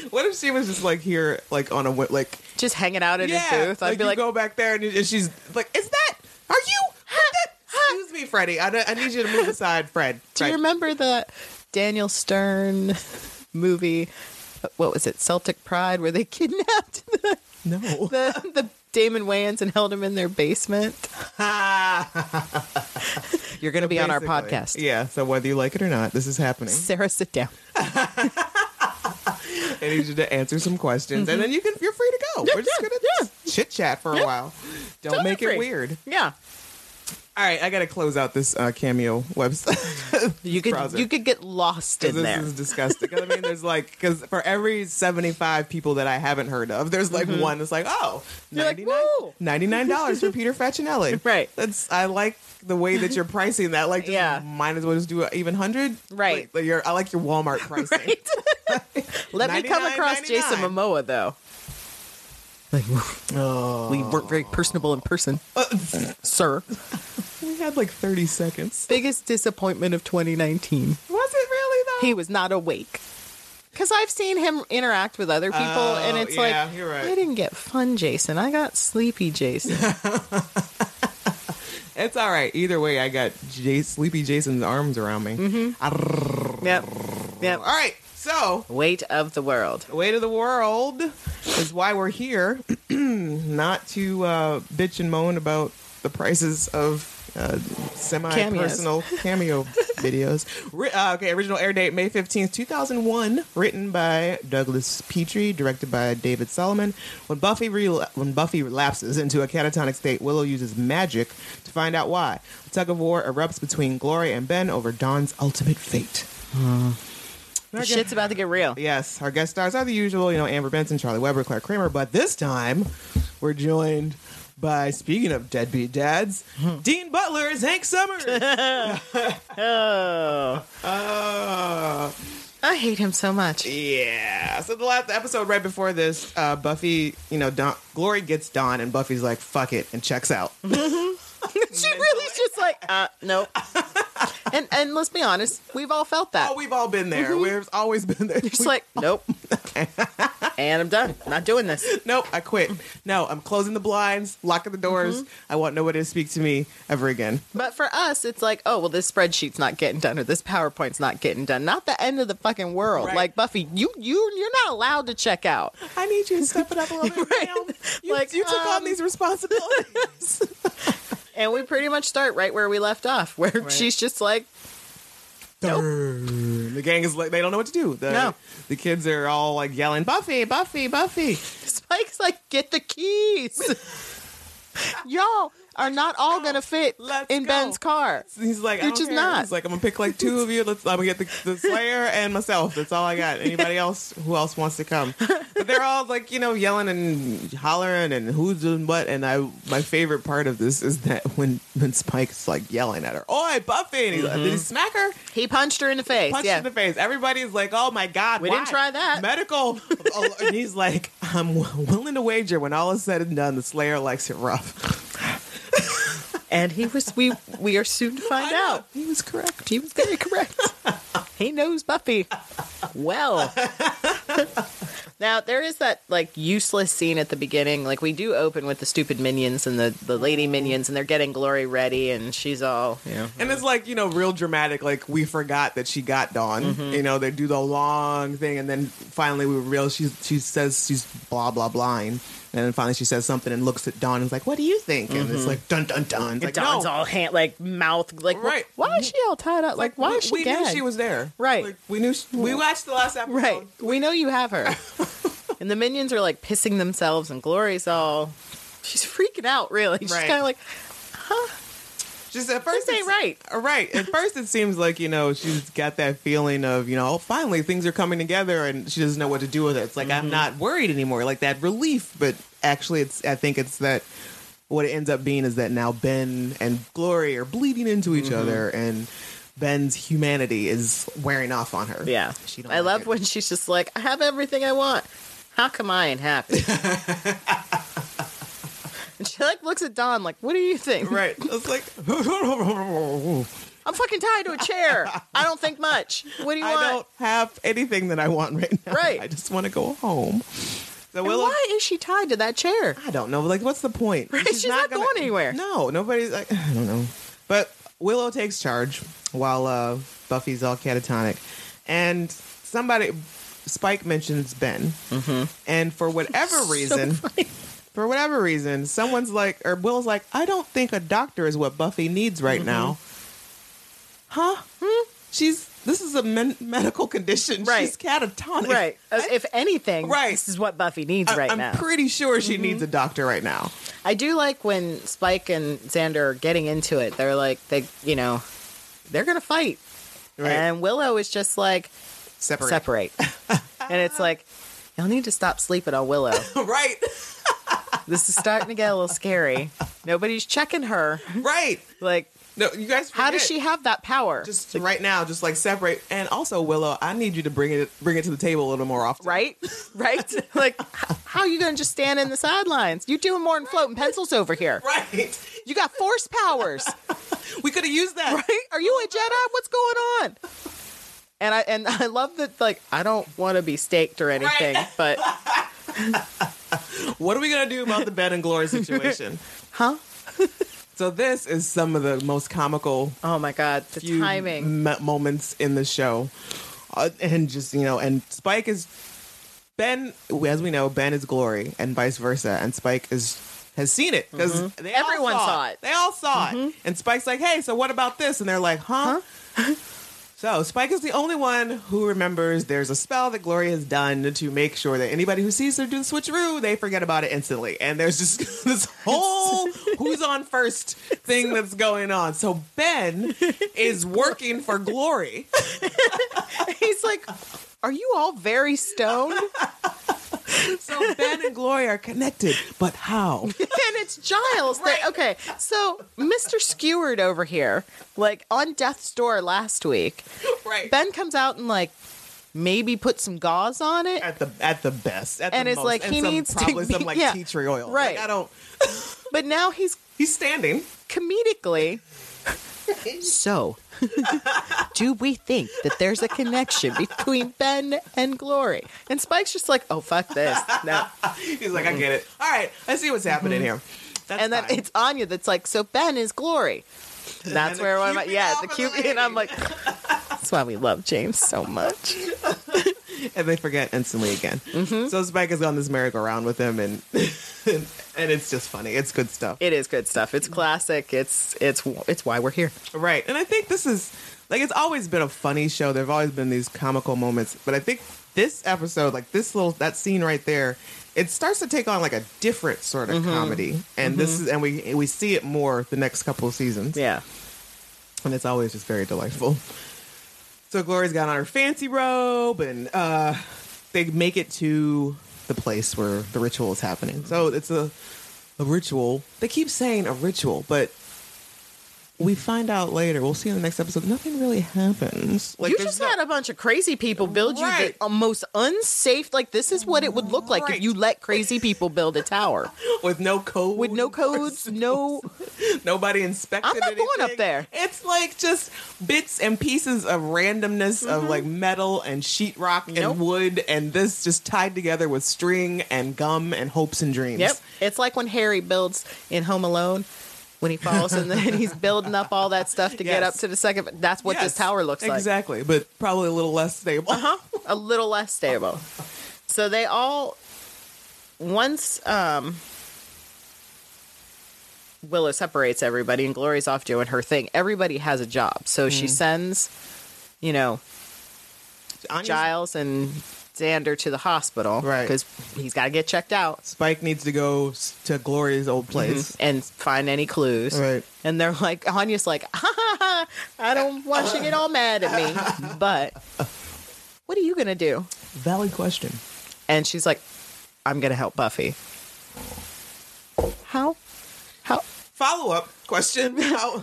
Speaker 1: what if she was just like here, like on a wi- like
Speaker 2: Just hanging out in his booth. I'd
Speaker 1: like
Speaker 2: be
Speaker 1: you
Speaker 2: like,
Speaker 1: go back there and, and she's like, "Is that? Are you? is that- Excuse me, Freddie. I, don't- I need you to move aside, Fred.
Speaker 2: Do you
Speaker 1: Fred.
Speaker 2: remember the Daniel Stern movie? What was it? Celtic Pride, where they kidnapped the,
Speaker 1: No.
Speaker 2: the, the Damon Wayans and held him in their basement. You're going to be on our
Speaker 1: Basically.
Speaker 2: podcast.
Speaker 1: Yeah. So whether you like it or not, this is happening.
Speaker 2: Sarah, sit down.
Speaker 1: I need you to answer some questions, and
Speaker 2: Mm-hmm.
Speaker 1: then you can. You're free to go. We're just gonna chit chat for a while. Don't
Speaker 2: Totally
Speaker 1: make
Speaker 2: free.
Speaker 1: it weird.
Speaker 2: Yeah,
Speaker 1: All right, I gotta close out this uh, cameo website.
Speaker 2: you could
Speaker 1: Browser.
Speaker 2: you could get lost
Speaker 1: 'Cause
Speaker 2: in
Speaker 1: This
Speaker 2: there.
Speaker 1: is disgusting. 'Cause I mean, there's like, because for every 75 people that I haven't heard of, there's like one that's like, oh,
Speaker 2: Mm-hmm. You're like,
Speaker 1: 99
Speaker 2: woo!
Speaker 1: $99 for Peter Facinelli.
Speaker 2: Right.
Speaker 1: That's, I like the way that you're pricing that. Like, just
Speaker 2: Yeah.
Speaker 1: might as well just do an even 100.
Speaker 2: Right.
Speaker 1: Like, like your, I like your Walmart pricing.
Speaker 2: Right? Let me come across Jason
Speaker 1: $99.99.
Speaker 2: Momoa though. Like
Speaker 1: Oh. Uh,
Speaker 2: we weren't very personable in person, sir.
Speaker 1: We had like 30 seconds.
Speaker 2: Biggest disappointment of 2019.
Speaker 1: Was it really, though?
Speaker 2: he was not awake. Because I've seen him interact with other people,
Speaker 1: Oh,
Speaker 2: and it's
Speaker 1: yeah,
Speaker 2: like,
Speaker 1: you're right.
Speaker 2: I didn't get fun, Jason. I got sleepy, Jason.
Speaker 1: It's all right. Either way, I got J- Sleepy Jason's arms around me.
Speaker 2: yep. Yep.
Speaker 1: All right. So,
Speaker 2: Weight of the world.
Speaker 1: The weight of the world is why we're here, not to uh, bitch and moan about the prices of uh, semi-personal cameo videos. Ri- uh, okay, original air date May fifteenth, two thousand one. Written by Douglas Petrie, directed by David Solomon. When Buffy rel when Buffy lapses into a catatonic state, Willow uses magic to find out why. A tug of war erupts between Glory and Ben over Dawn's ultimate fate.
Speaker 2: The shit's about to get real.
Speaker 1: Yes, our guest stars are the usual, you know, Amber Benson, Charlie Weber, Claire Kramer, but this time we're joined by, speaking of deadbeat dads,
Speaker 2: Hmm.
Speaker 1: Dean Butler is Hank Summers.
Speaker 2: Oh,
Speaker 1: Oh,
Speaker 2: I hate him so much.
Speaker 1: yeah. So the last episode right before this, uh, Buffy, you know, Don- Glory gets Dawn and Buffy's like, fuck it, and checks out.
Speaker 2: she really's just like, uh, nope. and and let's be honest, we've all felt that.
Speaker 1: oh, we've all been there. We've always been there.
Speaker 2: You're Mm-hmm. just like, oh. nope. and I'm done. Not doing this.
Speaker 1: nope, I quit. No, I'm closing the blinds, locking the doors.
Speaker 2: Mm-hmm.
Speaker 1: I want nobody to speak to me ever again.
Speaker 2: But for us, it's like, oh, well, this spreadsheet's not getting done or this PowerPoint's not getting done. Not the end of the fucking world.
Speaker 1: Right.
Speaker 2: Like, Buffy, you, you, you're not allowed to check out.
Speaker 1: I need you to step it up a little bit,
Speaker 2: Right.
Speaker 1: ma'am. You,
Speaker 2: Like,
Speaker 1: you took on
Speaker 2: um,
Speaker 1: these responsibilities.
Speaker 2: And we pretty much start right where we left off, where she's just like,
Speaker 1: the gang is like, they don't know what to do. The,
Speaker 2: No.
Speaker 1: the kids are all like yelling, Buffy, Buffy, Buffy.
Speaker 2: Spike's like, get the keys. Y'all are not all going to fit
Speaker 1: Let's
Speaker 2: in
Speaker 1: go.
Speaker 2: Ben's car.
Speaker 1: And He's like, I
Speaker 2: They're
Speaker 1: don't
Speaker 2: just
Speaker 1: care.
Speaker 2: not.
Speaker 1: He's like, I'm gonna pick like two of you. Let's, I'm gonna get the, the Slayer and myself. That's all I got. Anybody else? Who else wants to come? But they're all like, you know, yelling and hollering and who's doing what. And I, my favorite part of this is that when when Spike's like yelling at her, "Oi, Buffy!" and he's like, did he smack her?
Speaker 2: He punched her in the face.
Speaker 1: Punch
Speaker 2: yeah.
Speaker 1: in the face. Everybody's like, "Oh my god,
Speaker 2: We didn't
Speaker 1: why?
Speaker 2: try that.
Speaker 1: medical." Oh, and he's like, "I'm w- willing to wager when all is said and done, the Slayer likes it rough."
Speaker 2: and he was, we, we are soon to find out.
Speaker 1: he was correct.
Speaker 2: He was very correct. he knows Buffy well. now there is that like useless scene at the beginning. Like we do open with the stupid minions and the the lady minions, and they're getting Glory ready, and she's all you know.
Speaker 1: And it's like you know, real dramatic. Like we forgot that she got Dawn. You know, they do the long thing, and then finally we real she she says she's blah blah blind, and then finally she says something and looks at Dawn and is like, "What do you think?" And it's like dun dun dun. It's like,
Speaker 2: Dawn's
Speaker 1: no.
Speaker 2: all hand like mouth like wh-
Speaker 1: Right.
Speaker 2: Why is she all tied up? Like why
Speaker 1: we,
Speaker 2: is she
Speaker 1: we knew
Speaker 2: gagged?
Speaker 1: she was there.
Speaker 2: Right.
Speaker 1: Like, we knew she, we watched the last episode.
Speaker 2: right. We know you have her. and the minions are like pissing themselves, and Glory's all she's freaking out. Really, she's
Speaker 1: Right.
Speaker 2: kind of like
Speaker 1: Just at first,
Speaker 2: This
Speaker 1: it's-
Speaker 2: ain't right.
Speaker 1: Uh, Right. At first, it seems like you know she's got that feeling of you know oh, finally things are coming together, and she doesn't know what to do with it. It's like
Speaker 2: Mm-hmm.
Speaker 1: I'm not worried anymore, like that relief. But actually, it's I think it's that what it ends up being is that now Ben and Glory are bleeding into
Speaker 2: Mm-hmm.
Speaker 1: each other, and Ben's humanity is wearing off on her.
Speaker 2: Yeah.
Speaker 1: She don't
Speaker 2: I
Speaker 1: like
Speaker 2: love
Speaker 1: it.
Speaker 2: when she's just like, I have everything I want. How come I ain't happy? and she like looks at Don like, what do you think?
Speaker 1: Right. It's like I
Speaker 2: I'm fucking tied to a chair. I don't think much. What do you want?
Speaker 1: don't have anything that I want right now.
Speaker 2: Right.
Speaker 1: I just want to go home. So
Speaker 2: And
Speaker 1: Willow-
Speaker 2: why is she tied to that chair?
Speaker 1: I don't know. Like, what's the point?
Speaker 2: Right, she's not going anywhere.
Speaker 1: No, nobody's like, I don't know. But Willow takes charge while uh, Buffy's all catatonic. And somebody, Spike mentions Ben. Mm-hmm. And for whatever reason, for whatever reason, someone's like, or Willow's like, I don't think a doctor is what Buffy needs
Speaker 2: Mm-hmm.
Speaker 1: right now. Huh? Hmm? She's, this is a men- medical condition.
Speaker 2: Right.
Speaker 1: She's catatonic.
Speaker 2: Right. As if anything,
Speaker 1: Right.
Speaker 2: this is what Buffy needs
Speaker 1: I-
Speaker 2: right
Speaker 1: I'm
Speaker 2: now. Mm-hmm.
Speaker 1: pretty sure she needs a doctor right now.
Speaker 2: I do like when Spike and Xander are getting into it. They're like, they, you know, they're going to fight.
Speaker 1: Right.
Speaker 2: And Willow is just like,
Speaker 1: Separate.
Speaker 2: separate. and it's like, y'all need to stop sleeping on Willow.
Speaker 1: right.
Speaker 2: This is starting to get a little scary. Nobody's checking her.
Speaker 1: Right.
Speaker 2: Like,
Speaker 1: No, you guys.
Speaker 2: how
Speaker 1: forget.
Speaker 2: does she have that power?
Speaker 1: Just right now, just like separate, and also Willow, I need you to bring it bring it to the table a little more often.
Speaker 2: right? Right? like, h- how you going to just stand in the sidelines? You doing more than floating pencils over here.
Speaker 1: Right.
Speaker 2: You got force powers.
Speaker 1: We could have used that.
Speaker 2: Right? Are you a Jedi? What's going on? And I and I love that like I don't want to be staked or anything, but
Speaker 1: What are we gonna do about the Ben and Glory situation?
Speaker 2: huh?
Speaker 1: so this is some of the most comical
Speaker 2: Oh my god, the
Speaker 1: few
Speaker 2: timing.
Speaker 1: mo- moments in the show, Uh, and just you know, and Spike is Ben. As we know, Ben is Glory, and vice versa, and Spike is has seen it because
Speaker 2: Everyone saw it.
Speaker 1: They Mm-hmm. all saw it, Mm-hmm. and Spike's like, "Hey, so what about this?" And they're like, "Huh." So Spike is the only one who remembers there's a spell that Glory has done to make sure that anybody who sees her do the switcheroo, they forget about it instantly. And there's just this whole who's on first thing that's going on. So Ben is working for Glory.
Speaker 2: He's like, "Are you all very stoned?" and
Speaker 1: So Ben and Glory are connected, but how?
Speaker 2: it's Giles. that-
Speaker 1: Right.
Speaker 2: okay, so Mr. Skeward over here, like on death's door last week,
Speaker 1: Right.
Speaker 2: Ben comes out and like maybe put some gauze on it.
Speaker 1: at the at the best, at
Speaker 2: And
Speaker 1: the
Speaker 2: it's
Speaker 1: most.
Speaker 2: like, he
Speaker 1: some,
Speaker 2: needs to
Speaker 1: probably
Speaker 2: be-
Speaker 1: some like
Speaker 2: yeah.
Speaker 1: tea tree oil.
Speaker 2: Right.
Speaker 1: Like, I don't.
Speaker 2: But now he's
Speaker 1: He's standing.
Speaker 2: comedically. so, do we think that there's a connection between Ben and Glory? And Spike's just like, oh, fuck this. No.
Speaker 1: He's like, I get it. All right, I see what's happening here. That's
Speaker 2: Mm-hmm. And then
Speaker 1: fine.
Speaker 2: it's Anya that's like, so Ben is Glory. And that's
Speaker 1: the
Speaker 2: where I'm at.
Speaker 1: cupid
Speaker 2: Yeah,
Speaker 1: off
Speaker 2: the
Speaker 1: of the
Speaker 2: cupid.
Speaker 1: lady.
Speaker 2: And I'm like, that's why we love James so much.
Speaker 1: and they forget instantly again.
Speaker 2: Mm-hmm.
Speaker 1: So Spike is on this merry-go-round with him, and and, it's just funny. It's good stuff,
Speaker 2: It is good stuff. It's classic. It's it's it's why we're here.
Speaker 1: right? And I think this is like it's always been a funny show. There've always been these comical moments, but I think this episode, like this little that scene right there, it starts to take on like a different sort of
Speaker 2: Mm-hmm.
Speaker 1: comedy, and this is and we we see it more the next couple of seasons.
Speaker 2: Yeah.
Speaker 1: and it's always just very delightful. So Gloria's got on her fancy robe, and uh, they make it to the place where the ritual is happening. So it's a a ritual. They keep saying a ritual, but we find out later. We'll see in the next episode. Nothing really happens.
Speaker 2: you
Speaker 1: there's
Speaker 2: just
Speaker 1: no-
Speaker 2: had a bunch of crazy people build you
Speaker 1: Right.
Speaker 2: the uh, most unsafe. Like this is what it would look like
Speaker 1: Right.
Speaker 2: if you let crazy people build a tower
Speaker 1: with no code,
Speaker 2: with no codes, no.
Speaker 1: Nobody inspected.
Speaker 2: I'm not going
Speaker 1: anything.
Speaker 2: up there.
Speaker 1: It's like just bits and pieces of randomness of like metal and sheetrock
Speaker 2: Mm-hmm. Nope.
Speaker 1: and wood, and this just tied together with string and gum and hopes and dreams.
Speaker 2: Yep, it's like when Harry builds in Home Alone when he falls and then he's building up all that stuff to get
Speaker 1: Yes.
Speaker 2: up to the second. That's what
Speaker 1: Yes,
Speaker 2: this tower looks like.
Speaker 1: Exactly, but probably a little less stable. Uh-huh.
Speaker 2: a little less stable. So they all once um Willow separates everybody and Glory's off doing her thing. Everybody has a Hmm. job. So she sends, you know, Giles and Xander to the hospital,
Speaker 1: Right.
Speaker 2: Because he's got to get checked out
Speaker 1: Spike needs to go s- to Glory's old
Speaker 2: Mm-hmm.
Speaker 1: place.
Speaker 2: and find any clues.
Speaker 1: Right.
Speaker 2: And they're like, Anya's like, ha ha ha! I don't want you to get all mad at me, but what are you gonna do?
Speaker 1: Valid question.
Speaker 2: And she's like, I'm gonna help Buffy. How? How?
Speaker 1: Follow up question. How?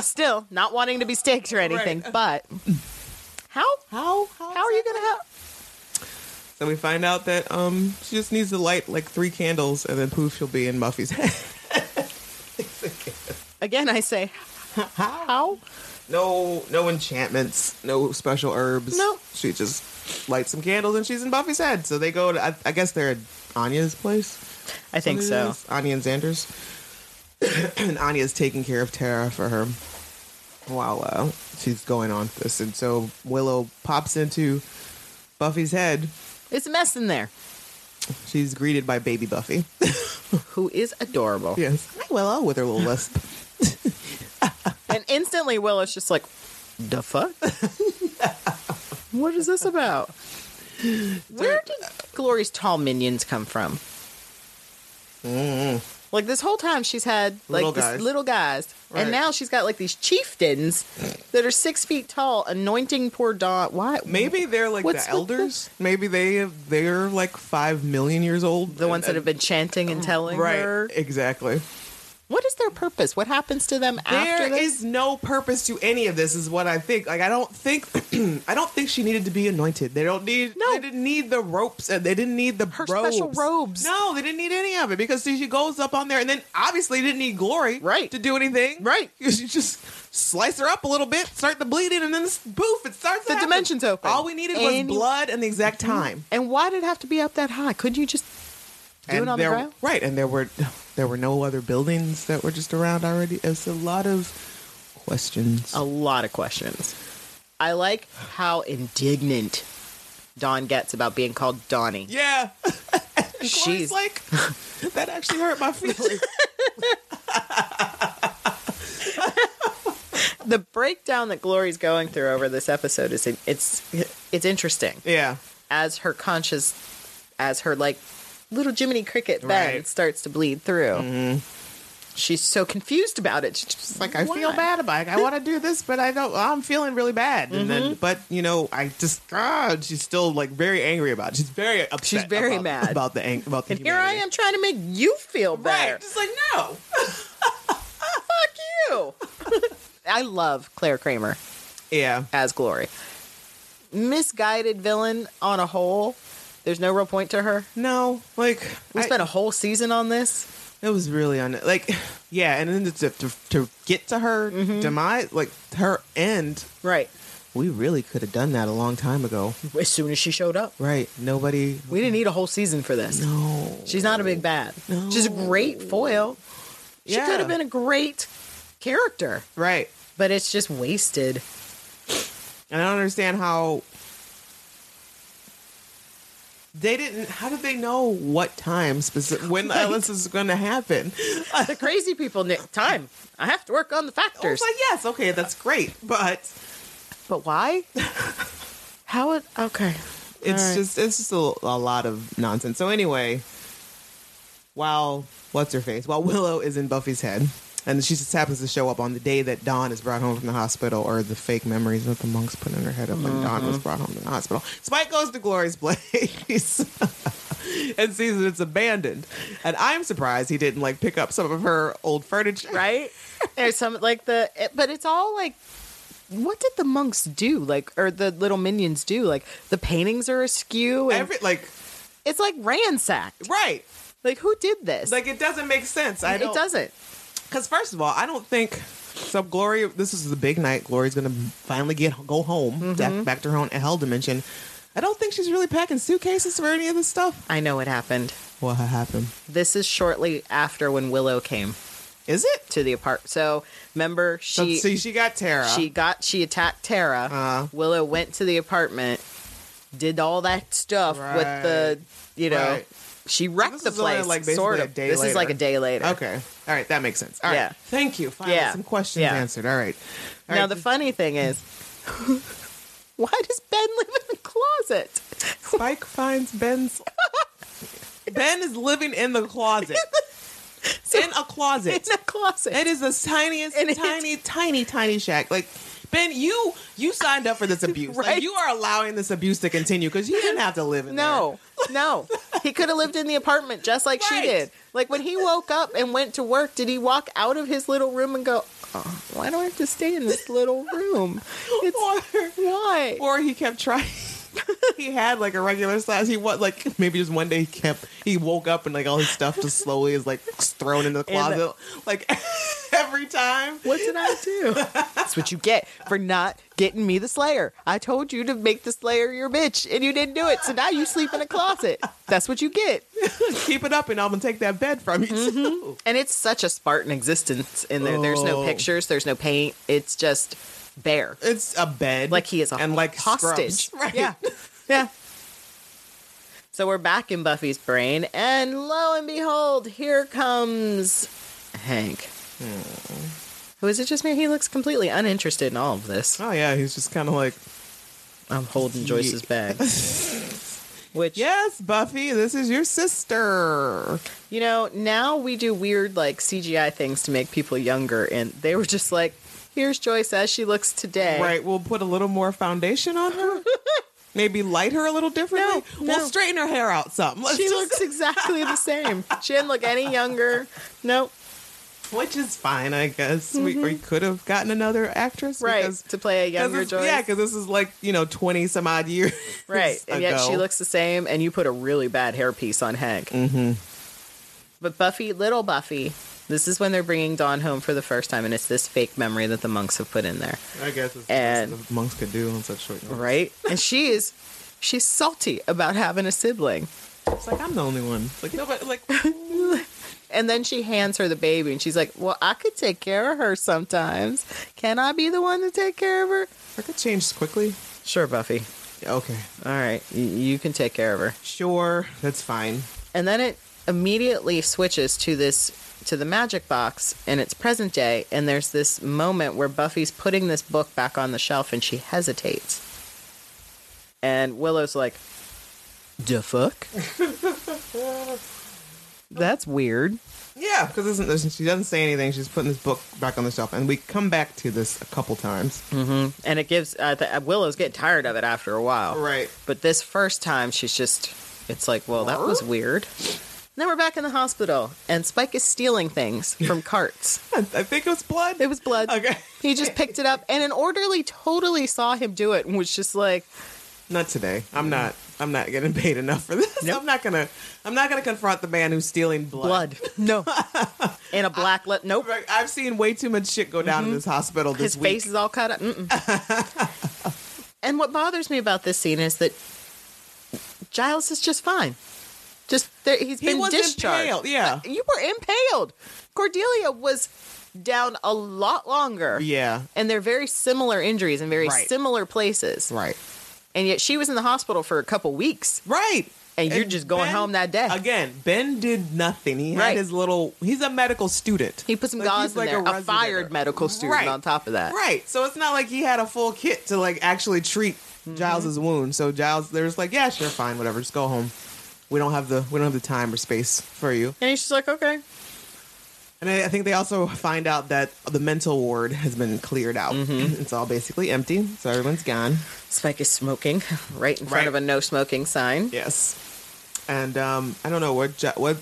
Speaker 2: Still not wanting to be staked or anything, but how?
Speaker 1: How?
Speaker 2: How are you gonna help?
Speaker 1: So we find out that um she just needs to light like three candles and then poof she'll be in Buffy's head.
Speaker 2: Again, I say, how?
Speaker 1: no no enchantments, no special herbs.
Speaker 2: No.
Speaker 1: She just lights some candles and she's in Buffy's head. So they go to I, I guess they're at Anya's place.
Speaker 2: I think so.
Speaker 1: Anya and Xander's. and Anya's taking care of Tara for her while uh, she's going on this. And so Willow pops into Buffy's head.
Speaker 2: It's a mess in there.
Speaker 1: She's greeted by baby Buffy.
Speaker 2: Who is adorable.
Speaker 1: yes. Hi, Willow, with her little lisp.
Speaker 2: And instantly Willow's just like, the fuck? what is this about? Where did Glory's tall minions come from? Like this whole time she's had like
Speaker 1: Mm-hmm. Little
Speaker 2: this
Speaker 1: guys.
Speaker 2: little guys.
Speaker 1: Right.
Speaker 2: And now she's got like these chieftains that are six feet tall, anointing poor Dawn. Why
Speaker 1: Maybe they're like
Speaker 2: What's
Speaker 1: the
Speaker 2: with the-
Speaker 1: elders. Maybe they they're like five million years old.
Speaker 2: the ones that have been chanting and telling
Speaker 1: Oh, right
Speaker 2: her.
Speaker 1: exactly.
Speaker 2: What is their purpose? What happens to them after
Speaker 1: There
Speaker 2: this?
Speaker 1: is no purpose to any of this, is what I think. Like I don't think, I don't think she needed to be anointed. They don't need.
Speaker 2: No.
Speaker 1: they didn't need the ropes, and they didn't need the
Speaker 2: Her
Speaker 1: robes.
Speaker 2: special robes.
Speaker 1: No, they didn't need any of it because see, she goes up on there, and then obviously didn't need glory,
Speaker 2: Right.
Speaker 1: to do anything,
Speaker 2: Right.
Speaker 1: You just slice her up a little bit, start the bleeding, and then poof, it starts. to
Speaker 2: The
Speaker 1: happen.
Speaker 2: dimensions open. Mm-hmm.
Speaker 1: All we needed was
Speaker 2: Any-
Speaker 1: blood and the exact time.
Speaker 2: and why did it have to be up that high? Couldn't you just do it
Speaker 1: And
Speaker 2: on
Speaker 1: there,
Speaker 2: the ground?
Speaker 1: Right, and there were there were no other buildings that were just around already. It's a lot of questions.
Speaker 2: a lot of questions. I like how indignant Dawn gets about being called Donnie.
Speaker 1: Yeah, she's
Speaker 2: She's
Speaker 1: like that. Actually hurt my feelings.
Speaker 2: the breakdown that Glory's going through over this episode is it's it's interesting
Speaker 1: yeah,
Speaker 2: as her conscious as her like little Jiminy Cricket bend
Speaker 1: Right. Mm-hmm.
Speaker 2: starts to bleed through. She's so confused about it. She's just
Speaker 1: like I feel bad about. it. I want to do this, but I don't. I'm feeling really bad. And then, but you know, I just God, she's still like very angry about. It. She's very upset.
Speaker 2: She's very
Speaker 1: about-
Speaker 2: mad.
Speaker 1: about the ang- about the.
Speaker 2: And here I
Speaker 1: humanity.
Speaker 2: am trying to make you feel better.
Speaker 1: Right, just like no.
Speaker 2: Fuck you. I love Claire Kramer.
Speaker 1: Yeah,
Speaker 2: as Glory. Misguided villain on a whole. There's no real point to her.
Speaker 1: no, like
Speaker 2: We
Speaker 1: I-
Speaker 2: spent a whole season on this.
Speaker 1: It was really un like, yeah, and then to to, to get to her demise, like her end,
Speaker 2: Right.
Speaker 1: we really could have done that a long time ago,
Speaker 2: As soon as she showed up.
Speaker 1: right? Nobody,
Speaker 2: We didn't need a whole season for this.
Speaker 1: no,
Speaker 2: She's not a big bad. She's a great foil. She
Speaker 1: Yeah.
Speaker 2: could have been a great character,
Speaker 1: right.
Speaker 2: but it's just wasted.
Speaker 1: And I don't understand how they didn't. How did they know what time specific when
Speaker 2: Right.
Speaker 1: this is going to happen?
Speaker 2: The crazy people, Nick, time. I have to work on the
Speaker 1: I was
Speaker 2: factors.
Speaker 1: like, Oh, yes, okay, that's great, but
Speaker 2: but why? How it. Okay.
Speaker 1: it's
Speaker 2: All right.
Speaker 1: just it's just a, a lot of nonsense. So anyway, while what's her face, while Willow is in Buffy's head, and she just happens to show up on the day that Dawn is brought home from the hospital, or the fake memories that the monks put in her head up when Dawn
Speaker 2: Mm-hmm.
Speaker 1: was brought home from the hospital. Spike goes to Glory's place. And sees that it's abandoned, and I'm surprised he didn't like pick up some of her old furniture.
Speaker 2: right? There's some like the, it- but it's all like, what did the monks do? Like, or the little minions do? Like, the paintings are askew, and
Speaker 1: Every like
Speaker 2: it's like ransacked.
Speaker 1: right,
Speaker 2: Like, who did this?
Speaker 1: like it doesn't make sense. I
Speaker 2: it
Speaker 1: don't.
Speaker 2: doesn't.
Speaker 1: Because first of all, I don't think so. Glory, this is the big night. Glory's gonna finally get go home
Speaker 2: Mm-hmm.
Speaker 1: back, back to her own hell dimension. I don't think she's really packing suitcases for any of this stuff.
Speaker 2: I know what happened.
Speaker 1: What happened?
Speaker 2: This is shortly after when Willow came
Speaker 1: Is it?
Speaker 2: to the apartment. So remember,
Speaker 1: So
Speaker 2: she
Speaker 1: see, she, got Tara.
Speaker 2: she got she attacked Tara.
Speaker 1: Uh-huh.
Speaker 2: Willow went to the apartment, did all that stuff with the, you know.
Speaker 1: Right.
Speaker 2: She wrecked
Speaker 1: This
Speaker 2: the
Speaker 1: is only,
Speaker 2: place,
Speaker 1: like,
Speaker 2: sort
Speaker 1: basically a
Speaker 2: of.
Speaker 1: day
Speaker 2: this is
Speaker 1: later.
Speaker 2: like a day later.
Speaker 1: okay. All right, that makes sense. All right.
Speaker 2: Yeah.
Speaker 1: Thank you. Finally,
Speaker 2: Yeah.
Speaker 1: some questions
Speaker 2: Yeah.
Speaker 1: answered. All right. All
Speaker 2: now
Speaker 1: right,
Speaker 2: the
Speaker 1: just-
Speaker 2: funny thing is Why does Ben live in the closet?
Speaker 1: Spike finds Ben's. ben is living in the closet. in a
Speaker 2: In
Speaker 1: closet.
Speaker 2: the closet.
Speaker 1: It is the tiniest,
Speaker 2: And it's-
Speaker 1: tiny, tiny, tiny shack. Like Ben, you you signed up for this abuse.
Speaker 2: Right.
Speaker 1: Like you are allowing this abuse to continue because you didn't have to live in
Speaker 2: No, no. He could have lived in the apartment just like
Speaker 1: Right.
Speaker 2: she did. Like when he woke up and went to work, did he walk out of his little room and go, oh, why do I have to stay in this little room?
Speaker 1: there.
Speaker 2: It's why?
Speaker 1: Or, or he kept trying. he had like a regular size. He was like maybe just one day he kept he woke up and like all his stuff just slowly is like thrown in the
Speaker 2: In the-
Speaker 1: closet like every time.
Speaker 2: What did I do? That's what you get for not getting me the Slayer. I told you to make the Slayer your bitch, and you didn't do it. So now you sleep in a closet. That's what you get.
Speaker 1: Keep it up and I'm gonna take that bed from you.
Speaker 2: Mm-hmm.
Speaker 1: too.
Speaker 2: And it's such a Spartan existence in there. There's no
Speaker 1: Oh.
Speaker 2: pictures, there's no paint. It's just bare.
Speaker 1: It's a bed.
Speaker 2: Like he is a
Speaker 1: and like
Speaker 2: hostage.
Speaker 1: scrubs. Right.
Speaker 2: Yeah. Yeah. So we're back in Buffy's brain, and lo and behold, here comes Hank.
Speaker 1: Hmm.
Speaker 2: Who is it just me? He looks completely uninterested in all of this.
Speaker 1: Oh yeah, he's just kinda like
Speaker 2: I'm holding Joyce's bag. Which,
Speaker 1: Yes, Buffy, this is your sister.
Speaker 2: you know, now we do weird like CGI things to make people younger, and they were just like, here's Joyce as she looks today.
Speaker 1: Right, we'll put a little more foundation on her. Maybe light her a little differently.
Speaker 2: No, no.
Speaker 1: We'll straighten her hair out some. Let's
Speaker 2: She
Speaker 1: just-
Speaker 2: looks exactly the same. She didn't look any younger. Nope.
Speaker 1: which is fine, I guess. We, we could have gotten another actress,
Speaker 2: Mm-hmm. Right.
Speaker 1: Because,
Speaker 2: to play a
Speaker 1: 'cause
Speaker 2: younger
Speaker 1: it's-
Speaker 2: Joyce.
Speaker 1: yeah, because this is like you know twenty some odd years,
Speaker 2: Right. And yet she
Speaker 1: ago.
Speaker 2: looks the same, and you put a really bad hairpiece on Hank. Mm-hmm. But Buffy, little Buffy, this is when they're bringing Dawn home for the first time, and it's this fake memory that the monks have put in there.
Speaker 1: I guess it's
Speaker 2: and-
Speaker 1: the monks could do on such short notice.
Speaker 2: Right? and she is, she's salty about having a sibling.
Speaker 1: It's like I'm the only one. It's like nobody. Like
Speaker 2: And then she hands her the baby, and she's like, Well, I could take care of her sometimes. Can I be the one to take care of her?
Speaker 1: I could change quickly.
Speaker 2: Sure, Buffy.
Speaker 1: Okay,
Speaker 2: All right. Y- you can take care of her.
Speaker 1: sure, that's fine.
Speaker 2: and then it immediately switches to this to the magic box and it's present day and there's this moment where buffy's putting this book back on the shelf and she hesitates and willow's like the fuck that's weird
Speaker 1: Yeah, because isn't this- she doesn't say anything. She's putting this book back on the shelf, and we come back to this a couple times.
Speaker 2: Mm. and it gives uh, th- willow's getting tired of it after a while
Speaker 1: Right.
Speaker 2: but this first time she's just it's like well that was weird then we're back in the hospital and spike is stealing things from carts
Speaker 1: I I think it was blood.
Speaker 2: It was blood.
Speaker 1: Okay.
Speaker 2: He just picked it up, and an orderly totally saw him do it and was just like,
Speaker 1: Not today. I'm not. I'm not getting paid enough for this.
Speaker 2: Mm. Nope.
Speaker 1: I'm not gonna. I'm not gonna confront the man who's stealing blood.
Speaker 2: blood. No. In a black, le- nope.
Speaker 1: Like, I've seen way too much shit go down in this hospital this
Speaker 2: Mm-hmm. His
Speaker 1: week.
Speaker 2: face is all cut up. Mm-mm. and what bothers me about this scene is that Giles is just fine. Just there, he's
Speaker 1: he
Speaker 2: been
Speaker 1: was
Speaker 2: discharged.
Speaker 1: impaled. Yeah.
Speaker 2: You were impaled. Cordelia was down a lot longer.
Speaker 1: Yeah.
Speaker 2: And they're very similar injuries in very
Speaker 1: Right.
Speaker 2: similar places.
Speaker 1: Right.
Speaker 2: And yet she was in the hospital for a couple weeks.
Speaker 1: Right.
Speaker 2: and you're just going
Speaker 1: Ben-
Speaker 2: home that day.
Speaker 1: Again, Ben did nothing. He
Speaker 2: Right.
Speaker 1: had his little. He's a medical student.
Speaker 2: He put some
Speaker 1: Like,
Speaker 2: gauze
Speaker 1: he's
Speaker 2: in
Speaker 1: like
Speaker 2: there,
Speaker 1: a
Speaker 2: a,
Speaker 1: resident
Speaker 2: fired
Speaker 1: or-
Speaker 2: medical student
Speaker 1: Right.
Speaker 2: on top of that.
Speaker 1: Right. So it's not like he had a full kit to like actually treat Giles's wound. So Giles, they're just like, yeah, sure, fine, whatever, just go home. We don't have the we don't have the time or space for you.
Speaker 2: And he's just like, okay.
Speaker 1: And I, I think they also find out that the mental ward has been cleared out. It's all basically empty, so everyone's gone.
Speaker 2: Spike is smoking right in front
Speaker 1: Right.
Speaker 2: of a no smoking sign.
Speaker 1: Yes. And um, I don't know what Gi- what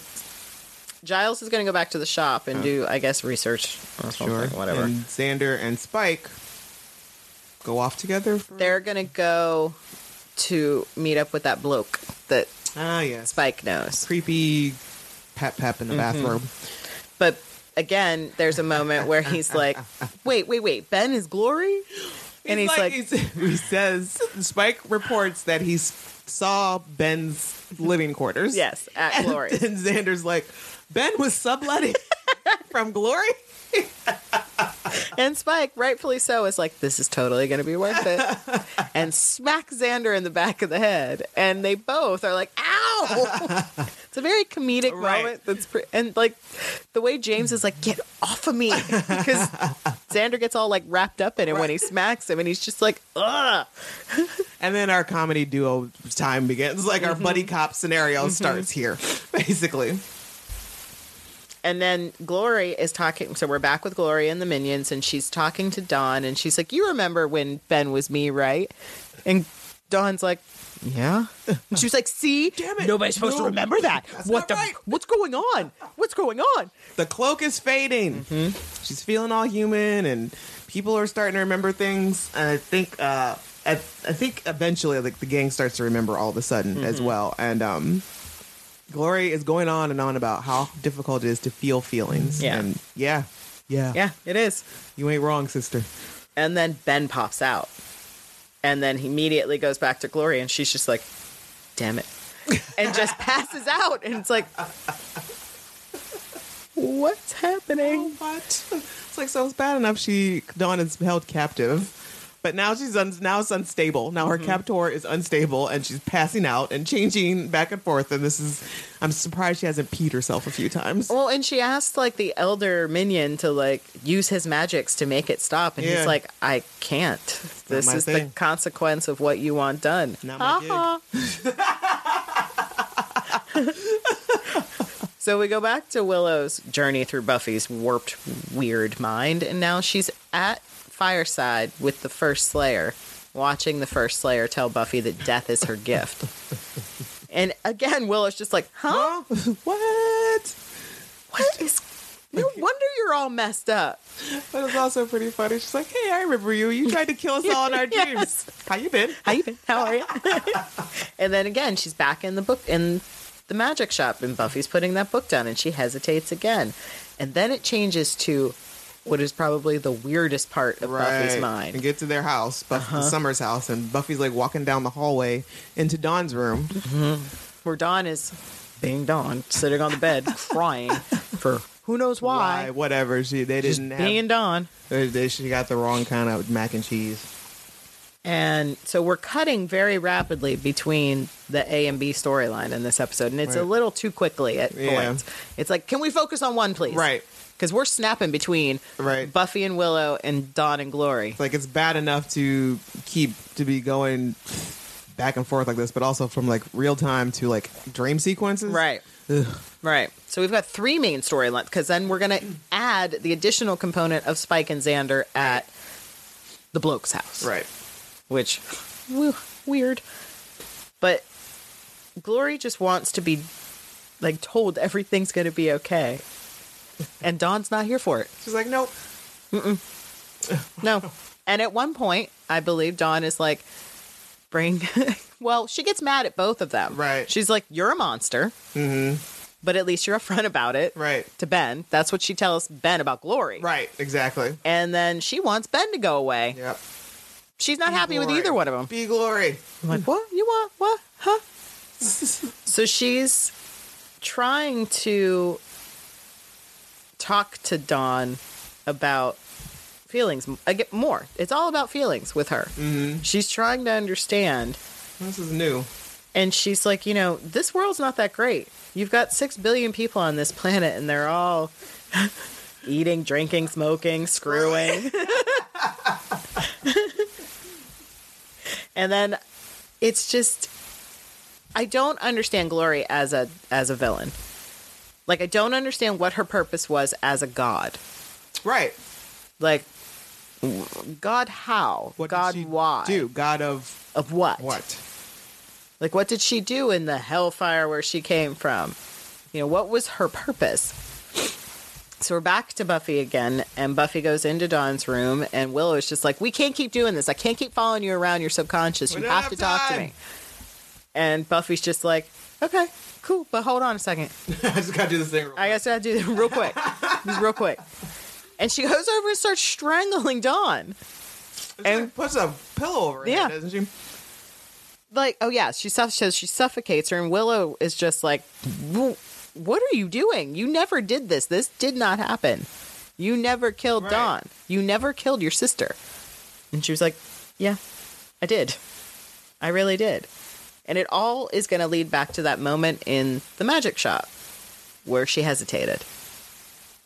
Speaker 2: Giles is going to go back to the shop and do, I guess, research or something,
Speaker 1: Uh. sure
Speaker 2: whatever.
Speaker 1: And Xander and Spike go off together. For,
Speaker 2: They're going to go to meet up with that bloke that
Speaker 1: ah yes, Mm-hmm.
Speaker 2: Spike knows.
Speaker 1: creepy pap pap in the bathrobe.
Speaker 2: But again, there's a moment where he's like, wait, wait, wait. Ben is glory? And he's like-
Speaker 1: he says, Spike reports that he s- saw Ben's living quarters.
Speaker 2: Yes, at
Speaker 1: And,
Speaker 2: glory.
Speaker 1: and Xander's like, Ben was subletting from Glory.
Speaker 2: And Spike, rightfully so, is like, this is totally going to be worth it. and smack Xander in the back of the head. And they both are like, ow! It's a very comedic
Speaker 1: Right.
Speaker 2: moment. That's pre- and like the way James is like, get off of me because Xander gets all like wrapped up in it when he smacks him, and he's just like, ugh.
Speaker 1: And then our comedy duo time begins. Like
Speaker 2: Mm-hmm.
Speaker 1: our buddy cop scenario starts here, basically.
Speaker 2: And then Glory is talking. So we're back with Glory and the minions, and she's talking to Dawn, and she's like, "You remember when Ben was me, right?" And Dawn's like, "Yeah." And she was like, "See,
Speaker 1: Damn it.
Speaker 2: nobody's supposed
Speaker 1: No.
Speaker 2: to remember that.
Speaker 1: That's
Speaker 2: what
Speaker 1: not
Speaker 2: the?
Speaker 1: right."
Speaker 2: What's going on? What's going on?"
Speaker 1: The cloak is fading. She's feeling all human, and people are starting to remember things. And I think, uh, I, I think eventually, like the gang starts to remember all of a sudden as well. And um, Glory is going on and on about how difficult it is to feel feelings.
Speaker 2: Yeah.
Speaker 1: And yeah, yeah,
Speaker 2: Yeah, it is.
Speaker 1: You ain't wrong, sister.
Speaker 2: And then Ben pops out. And then he immediately goes back to Glory and she's just like, damn it. And just passes out. And it's like, what's happening?
Speaker 1: What? It's like so it's bad enough she Dawn is held captive. But now she's un- now it's unstable. Now her
Speaker 2: Mm-hmm.
Speaker 1: captor is unstable, and she's passing out and changing back and forth. And this is, I'm surprised she hasn't peed herself a few times.
Speaker 2: Well, and she asked like the elder minion to like use his magics to make it stop. And
Speaker 1: Yeah.
Speaker 2: he's like, I can't. This
Speaker 1: my
Speaker 2: is the
Speaker 1: thing."
Speaker 2: consequence of what you want done.
Speaker 1: Not my gig.
Speaker 2: So we go back to Willow's journey through Buffy's warped, weird mind, and now she's at Fireside with the first Slayer, watching the first Slayer tell Buffy that death is her gift. And again, Willow's just like,
Speaker 1: Huh?
Speaker 2: huh?
Speaker 1: what?
Speaker 2: What is. No wonder you're all messed up.
Speaker 1: But it's also pretty funny. She's like, "Hey, I remember you. You tried to kill us all in our
Speaker 2: Yes.
Speaker 1: dreams. How you been?
Speaker 2: How you been? How are you? and then again, she's back in the book in the magic shop, and Buffy's putting that book down, and she hesitates again, and then it changes to what is probably the weirdest part of Buffy's Uh-huh.
Speaker 1: And
Speaker 2: mind.
Speaker 1: get to their house, Buffy Summer's house, and Buffy's like walking down the hallway into Dawn's room.
Speaker 2: where Dawn is being Dawn, sitting on the bed crying for who knows why.
Speaker 1: Whatever. She they
Speaker 2: Just
Speaker 1: didn't have
Speaker 2: being Dawn.
Speaker 1: They- they- She got the wrong kind of mac and cheese.
Speaker 2: And so we're cutting very rapidly between the A and B storyline in this episode, and it's a
Speaker 1: Right.
Speaker 2: little too quickly at
Speaker 1: Yeah.
Speaker 2: points. It's like, can we focus on one, please?
Speaker 1: Right.
Speaker 2: Because we're snapping between
Speaker 1: Right.
Speaker 2: Buffy and Willow and Dawn and Glory.
Speaker 1: It's like it's bad enough to keep to be going back and forth like this, but also from like real time to like dream sequences.
Speaker 2: Right. Right. So we've got three main storylines because then we're going to add the additional component of Spike and Xander at the bloke's house.
Speaker 1: Right.
Speaker 2: which woo, weird but glory just wants to be like told everything's going to be okay and dawn's not here for it
Speaker 1: She's like, nope.
Speaker 2: no and at one point i believe dawn is like bring well she gets mad at both of them
Speaker 1: Right.
Speaker 2: she's like you're a monster mm-hmm. but at least you're upfront about it
Speaker 1: Right.
Speaker 2: to ben that's what she tells ben about glory
Speaker 1: Right. Exactly.
Speaker 2: and then she wants ben to go away
Speaker 1: Yep.
Speaker 2: she's not happy with
Speaker 1: Glory.
Speaker 2: either one of them
Speaker 1: Be glory.
Speaker 2: I'm like, what? You want what? Huh? so she's trying to talk to Dawn about feelings. I get more. It's all about feelings with her. She's trying to understand,
Speaker 1: This is new.
Speaker 2: and she's like, you know, this world's not that great. You've got six billion people on this planet, and they're all eating, drinking, smoking, screwing. and then it's just I don't understand Glory as a as a villain. Like I don't understand what her purpose was as a god.
Speaker 1: Right.
Speaker 2: Like God how?
Speaker 1: What did
Speaker 2: god
Speaker 1: she
Speaker 2: why?
Speaker 1: Do God of
Speaker 2: Of what?
Speaker 1: what?
Speaker 2: Like what did she do in the hellfire where she came from? You know, what was her purpose? So we're back to Buffy again, and Buffy goes into Dawn's room, and Willow is just like, "We can't keep doing this. I can't keep following you around. You're subconscious.
Speaker 1: We
Speaker 2: you
Speaker 1: don't
Speaker 2: have
Speaker 1: have
Speaker 2: to talk to
Speaker 1: time."
Speaker 2: me." And Buffy's just like, "Okay, cool, but hold on a second.
Speaker 1: I just gotta do this thing. Real
Speaker 2: I guess I do this real quick, just real quick." And she goes over and starts strangling Dawn.
Speaker 1: quick. She, like, puts a pillow over her
Speaker 2: Yeah.
Speaker 1: head, doesn't she?
Speaker 2: like oh yeah she suff- so she suffocates her and willow is just like "Wh- what are you doing you never did this this did not happen you never killed
Speaker 1: Right.
Speaker 2: dawn you never killed your sister and she was like yeah i did i really did And it all is going to lead back to that moment in the magic shop where she hesitated.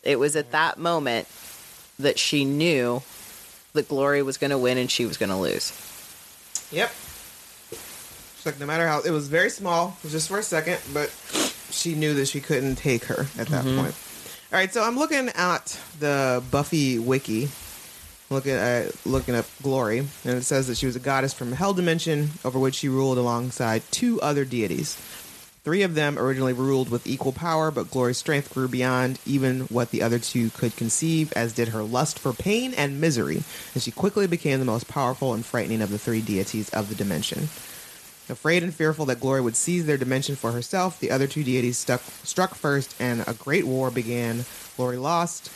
Speaker 2: It was at that moment that she knew that Glory was going to win and she was going to lose.
Speaker 1: Yep. She's like, no matter how, it was very small, it was just for a second, but she knew that she couldn't take her at that point. All right, so I'm looking at the Buffy wiki, looking at looking up Glory, and it says that she was a goddess from Hell Dimension, over which she ruled alongside two other deities. Three of them originally ruled with equal power, but Glory's strength grew beyond even what the other two could conceive, as did her lust for pain and misery, and she quickly became the most powerful and frightening of the three deities of the dimension. Afraid and fearful that Glory would seize their dimension for herself, the other two deities stuck, struck first, and a great war began. Glory lost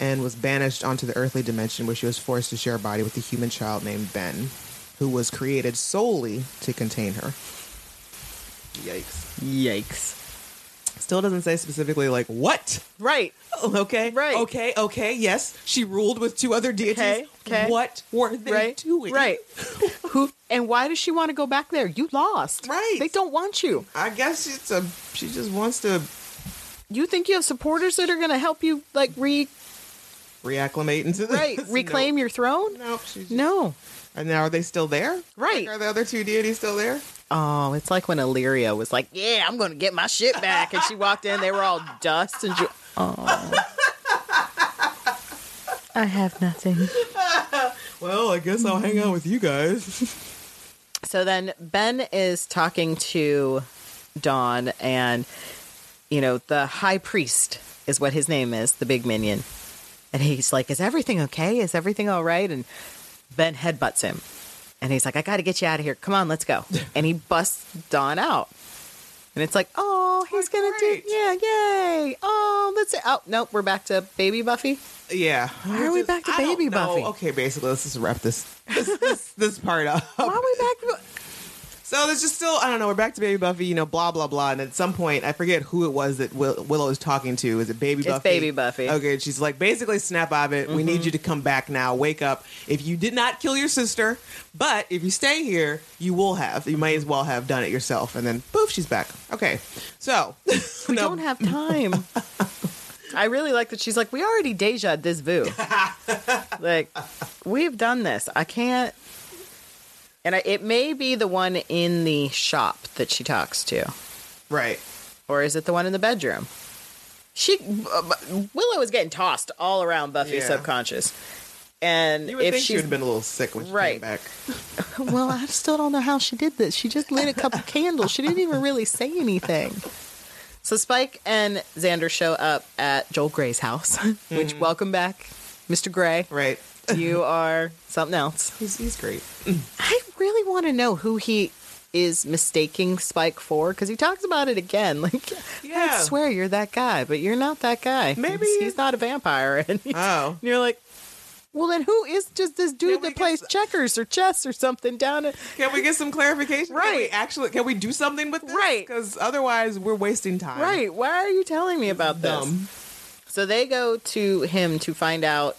Speaker 1: and was banished onto the earthly dimension, where she was forced to share a body with a human child named Ben, who was created solely to contain her. Yikes.
Speaker 2: Yikes.
Speaker 1: Still doesn't say specifically like what.
Speaker 2: Right.
Speaker 1: Okay.
Speaker 2: Right.
Speaker 1: Okay. Okay. Yes, she ruled with two other deities.
Speaker 2: Okay, okay.
Speaker 1: What were they
Speaker 2: right.
Speaker 1: doing?
Speaker 2: Right. Who and why does she want to go back there? You lost.
Speaker 1: Right.
Speaker 2: They don't want you.
Speaker 1: I guess it's a. She just wants to
Speaker 2: You think you have supporters that are going to help you like re
Speaker 1: reacclimate into the
Speaker 2: right reclaim your throne?
Speaker 1: No, she's
Speaker 2: No.
Speaker 1: And now are they still there?
Speaker 2: Right.
Speaker 1: Like, uh, are the other two deities still there?
Speaker 2: Oh, it's like when Illyria was like, "Yeah, I'm going to get my shit back," and she walked in, they were all dust and ju- oh. I have nothing.
Speaker 1: Well, I guess I'll hang out with you guys.
Speaker 2: So then Ben is talking to Dawn, and you know, the high priest is what his name is, the big minion. And he's like, Is everything okay? Is everything all right? And Ben headbutts him. And he's like, I got to get you out of here. Come on, let's go. And he busts Dawn out. And it's like, Oh, he's
Speaker 1: Oh,
Speaker 2: going to do.
Speaker 1: great.
Speaker 2: Yeah, yay. Oh, let's. Oh, nope. We're back to baby Buffy.
Speaker 1: yeah.
Speaker 2: Why are we back to
Speaker 1: I don't
Speaker 2: Baby
Speaker 1: know.
Speaker 2: Buffy?
Speaker 1: Okay, basically, let's just wrap this this, this, this part up.
Speaker 2: Why are we back? To...
Speaker 1: So there's just still, I don't know, we're back to Baby Buffy, you know, blah, blah, blah. And at some point, I forget who it was that Will- Willow was talking to. Is it Baby
Speaker 2: It's
Speaker 1: Buffy?
Speaker 2: Baby Buffy. Mm-hmm.
Speaker 1: Okay, and she's like, basically, snap out of it. We need you to come back now. Wake up. If you did not kill your sister, but if you stay here, you will have. You might as well have done it yourself. And then, poof, she's back. Okay, so.
Speaker 2: We
Speaker 1: no,
Speaker 2: don't have time. I really like that she's like, we already deja this vu. like, we've done this. I can't. And I, it may be the one in the shop that she talks to,
Speaker 1: Right.
Speaker 2: or is it the one in the bedroom? She uh, bu- Willow is getting tossed all around Buffy's
Speaker 1: Yeah.
Speaker 2: subconscious, and
Speaker 1: You would
Speaker 2: if
Speaker 1: think she
Speaker 2: she's
Speaker 1: would have been a little sick when she
Speaker 2: Right.
Speaker 1: came back.
Speaker 2: well, I still don't know how she did this. She just lit a couple candles. She didn't even really say anything. So Spike and Xander show up at Joel Gray's house, which
Speaker 1: Mm-hmm.
Speaker 2: welcome back, Mr. Gray.
Speaker 1: Right.
Speaker 2: You are something else.
Speaker 1: He's, he's great.
Speaker 2: I really want to know who he is mistaking Spike for because he talks about it again. Like, I
Speaker 1: Yeah.
Speaker 2: swear you're that guy, but you're not that guy.
Speaker 1: Maybe-
Speaker 2: he's, he's not a vampire, and, he's-
Speaker 1: Oh.
Speaker 2: and you're like. Well, then who is just this dude
Speaker 1: Then we get
Speaker 2: that plays checkers or chess or something down at
Speaker 1: Can we get some clarification? Can we
Speaker 2: Right.
Speaker 1: actually, can we do something with this?
Speaker 2: Right.
Speaker 1: Because otherwise, we're wasting time.
Speaker 2: Right. Why are you telling me about this?
Speaker 1: Dumb.
Speaker 2: So they go to him to find out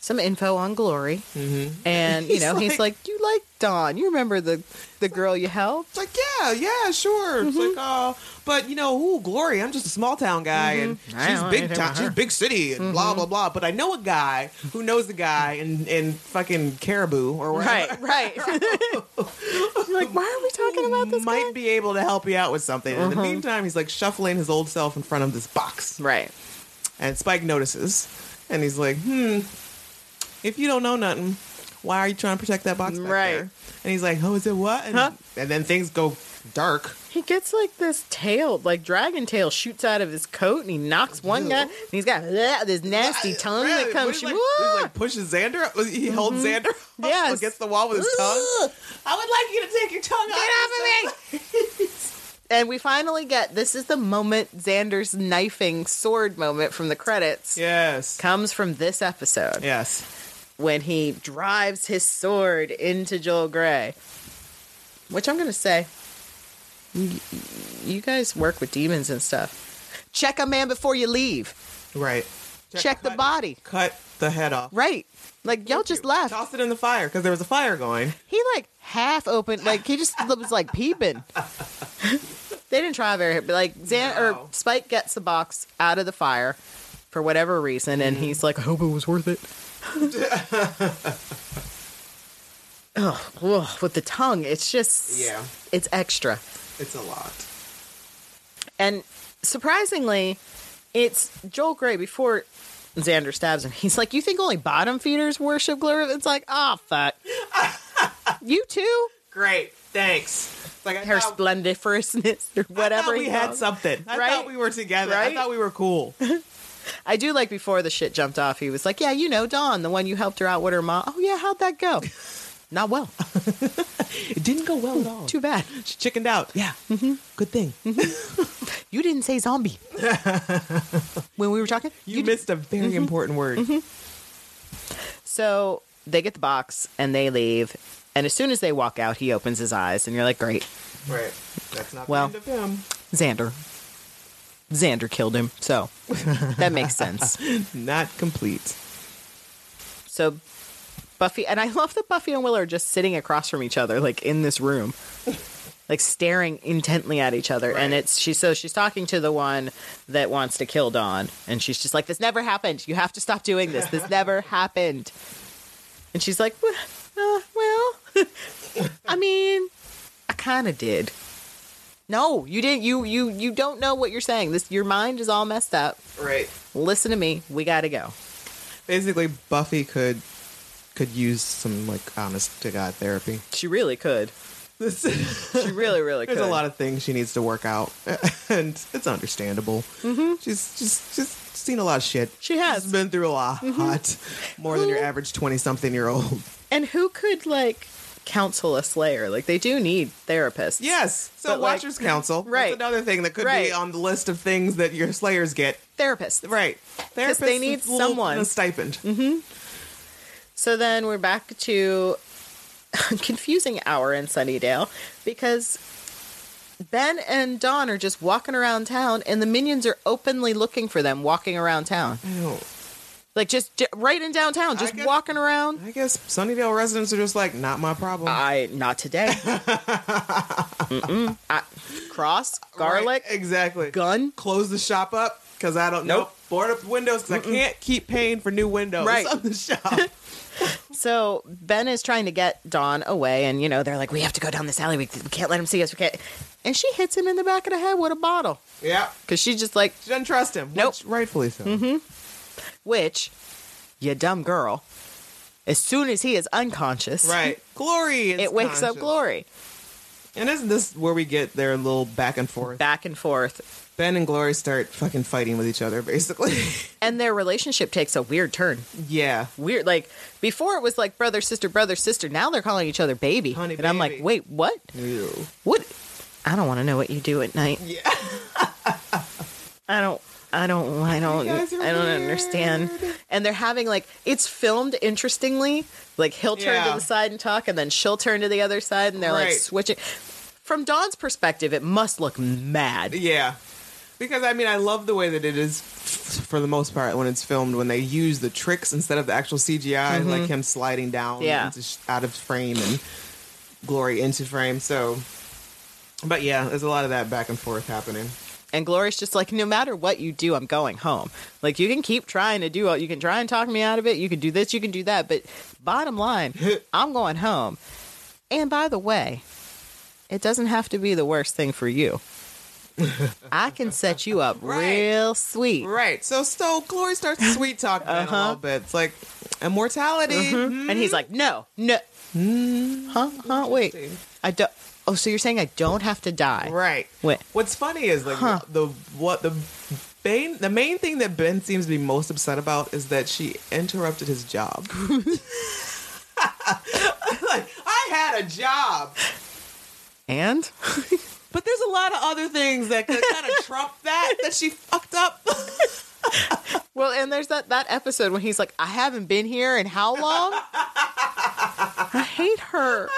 Speaker 2: some info on Glory. Mm-hmm. And, you
Speaker 1: He's
Speaker 2: know, he's
Speaker 1: like-
Speaker 2: like, You like Dawn. You remember the, the girl you helped?
Speaker 1: It's like, yeah, yeah, sure. It's
Speaker 2: Mm-hmm.
Speaker 1: like, oh, but you know, ooh, Glory, I'm just a small town guy,
Speaker 2: Mm-hmm. I
Speaker 1: and she's
Speaker 2: don't Mm-hmm.
Speaker 1: big
Speaker 2: know
Speaker 1: town,
Speaker 2: about
Speaker 1: she's
Speaker 2: her.
Speaker 1: big city, and blah blah blah. But I know a guy who knows a guy in in fucking Caribou or wherever.
Speaker 2: Right, right. You're like, why are we talking about this?
Speaker 1: Might
Speaker 2: guy? Uh-huh.
Speaker 1: be able to help you out with something. And in the meantime, he's like shuffling his old self in front of this box,
Speaker 2: Right.
Speaker 1: and Spike notices, and he's like, hmm, if you don't know nothing, why are you trying to protect that box? Back
Speaker 2: Right.
Speaker 1: There? And he's like, oh, is it what? And,
Speaker 2: Huh?
Speaker 1: and then things go dark.
Speaker 2: He gets like this tail, like dragon tail shoots out of his coat and he knocks one guy and he's got bleh, this nasty tongue that
Speaker 1: Really? What
Speaker 2: comes. Mm-hmm.
Speaker 1: is, like, he's like pushes Xander. Was He held Xander up
Speaker 2: Yes.
Speaker 1: against the wall with his tongue. Oh,
Speaker 2: Ugh.
Speaker 1: I would like you to take your tongue
Speaker 2: Get off of me! and we finally get this is the moment Xander's knifing sword moment from the credits
Speaker 1: Yes.
Speaker 2: comes from this episode
Speaker 1: Yes.
Speaker 2: when he drives his sword into Joel Gray. Which I'm going to say, y- y- you guys work with demons and stuff. Check a man before you leave.
Speaker 1: Right.
Speaker 2: Check, the
Speaker 1: cut-
Speaker 2: body.
Speaker 1: Cut the head off.
Speaker 2: Right. Like y'all just left.
Speaker 1: Toss it in the fire because there was a fire going.
Speaker 2: He like half opened, like he just was like peeping. they didn't try very hard, but like Zan or
Speaker 1: No.
Speaker 2: Spike gets the box out of the fire for whatever reason, and he's like, "I hope it was worth it." Ugh, ugh, with the tongue, it's just
Speaker 1: Yeah.
Speaker 2: it's extra,
Speaker 1: It's a lot.
Speaker 2: and surprisingly, it's Joel Gray before. Xander stabs him. He's like, "You think only bottom feeders worship glory?" It's like, "Ah, fuck, you too."
Speaker 1: Great. Thanks. It's Like I
Speaker 2: her
Speaker 1: thought-
Speaker 2: splendiferousness or
Speaker 1: I thought
Speaker 2: whatever
Speaker 1: we
Speaker 2: he
Speaker 1: had
Speaker 2: calls-
Speaker 1: something. I
Speaker 2: Right?
Speaker 1: thought we were together.
Speaker 2: Right?
Speaker 1: I thought we were cool.
Speaker 2: I do like before the shit jumped off. He was like, "Yeah, you know, Dawn, the one you helped her out with her mom. Oh yeah, how'd that go? Not well.
Speaker 1: It didn't go well at all.
Speaker 2: Too bad.
Speaker 1: She chickened out. Yeah. Mm-hmm. Good thing.
Speaker 2: You didn't say zombie when we were talking.
Speaker 1: You, Mm-hmm.
Speaker 2: You did-
Speaker 1: missed a very important word.
Speaker 2: So they get the box and they leave. And as soon as they walk out, he opens his eyes, and you're like, "Great,
Speaker 1: Right. That's not
Speaker 2: Well.
Speaker 1: the end of him.
Speaker 2: Xander. Xander killed him. So that makes sense."
Speaker 1: Not complete.
Speaker 2: So Buffy and I love that Buffy and Willow are just sitting across from each other, like in this room. like staring intently at each other. And
Speaker 1: Right.
Speaker 2: it's she so she's talking to the one that wants to kill Dawn. And she's just like, This never happened. You have to stop doing this. This never happened. And she's like, "Well, uh, well I mean, I kinda did. No, you didn't you you you don't know what you're saying. This your mind is all messed up.
Speaker 1: Right.
Speaker 2: Listen to me. We gotta go.
Speaker 1: Basically, Buffy could could use some like honest to god therapy.
Speaker 2: She really could.
Speaker 1: This
Speaker 2: She really, really could.
Speaker 1: There's a lot of things she needs to work out, and it's understandable. Mm-hmm. She's just just seen a lot of shit.
Speaker 2: She has.
Speaker 1: She's been through a lot, more than your
Speaker 2: Who-
Speaker 1: average twenty something year old.
Speaker 2: And who could like counsel a slayer? Like they do need therapists.
Speaker 1: Yes. So
Speaker 2: But, like,
Speaker 1: Watchers Council,
Speaker 2: right.
Speaker 1: That's another thing that could
Speaker 2: Right.
Speaker 1: be on the list of things that your slayers get.
Speaker 2: Therapists.
Speaker 1: Right. Therapists
Speaker 2: they need
Speaker 1: is a little-
Speaker 2: someone. Mm-hmm.
Speaker 1: and A stipend.
Speaker 2: So then we're back to confusing hour in Sunnydale because Ben and Don are just walking around town and the minions are openly looking for them walking around town.
Speaker 1: Ew.
Speaker 2: Like just j- right in downtown, just
Speaker 1: Mm. guess- Mm.
Speaker 2: walking around.
Speaker 1: I guess Sunnydale residents are just like, not my problem.
Speaker 2: I not today. Mm-mm. I, cross, garlic,
Speaker 1: Right, exactly.
Speaker 2: gun.
Speaker 1: Close the shop up because I don't know.
Speaker 2: Nope.
Speaker 1: Nope. Board up the windows because I can't keep paying for new windows
Speaker 2: Right.
Speaker 1: on the shop.
Speaker 2: So Ben is trying to get Dawn away, and you know they're like, "We have to go down this alley. We, we can't let him see us. We can't." And she hits him in the back of the head with a bottle
Speaker 1: yeah.
Speaker 2: because she's just like,
Speaker 1: She doesn't trust him.
Speaker 2: Nope. Mm-hmm.
Speaker 1: Which, rightfully so.
Speaker 2: "Which, you dumb girl." As soon as he is unconscious,
Speaker 1: Right. Glory is
Speaker 2: it wakes up
Speaker 1: conscious.
Speaker 2: Glory
Speaker 1: And isn't this where we get their little back and forth?
Speaker 2: back and forth,
Speaker 1: Ben and Glory start fucking fighting with each other, basically.
Speaker 2: and their relationship takes a weird turn.
Speaker 1: yeah.
Speaker 2: Weird, like before it was like brother sister brother sister. Now they're calling each other baby,
Speaker 1: Honey,
Speaker 2: and I'm like,
Speaker 1: baby.
Speaker 2: wait, what?
Speaker 1: Ew.
Speaker 2: What? I don't want to know what you do at night.
Speaker 1: Yeah.
Speaker 2: I don't I don't I don't
Speaker 1: guys are
Speaker 2: I don't understand.
Speaker 1: weird.
Speaker 2: And they're having like it's filmed interestingly. Like he'll turn to
Speaker 1: Yeah.
Speaker 2: the side and talk and then she'll turn to the other side and they're like
Speaker 1: Right.
Speaker 2: switching. From Dawn's perspective, it must look mad.
Speaker 1: Yeah. Because I mean, I love the way that it is, f- for the most part, when it's filmed, when they use the tricks instead of the actual CGI, like him sliding down
Speaker 2: Mm-hmm. Yeah.
Speaker 1: into sh- out of frame and glory into frame. So, but yeah, there's a lot of that back and forth happening.
Speaker 2: And Gloria's just like, no matter what you do, I'm going home. Like you can keep trying to do all you can try and talk me out of it, you can do this, you can do that, but bottom line, I'm going home. And by the way, it doesn't have to be the worst thing for you. I can set you up
Speaker 1: Right.
Speaker 2: real sweet.
Speaker 1: Right. So, so Glory starts sweet talking it a
Speaker 2: Uh-huh.
Speaker 1: little bit. It's like immortality. Mm-hmm.
Speaker 2: And he's like, no, no. Huh? Huh? Wait. I don't. Oh, so you're saying I don't have to die?
Speaker 1: Right.
Speaker 2: Wait.
Speaker 1: What's funny is like
Speaker 2: Huh.
Speaker 1: the what the main the main thing that Ben seems to be most upset about is that she interrupted his job. like I had a job,
Speaker 2: And?
Speaker 1: but there's a lot of other things that could kind of trump that that she fucked up.
Speaker 2: Well, and there's that that episode when he's like, I haven't been here in how long? I hate her.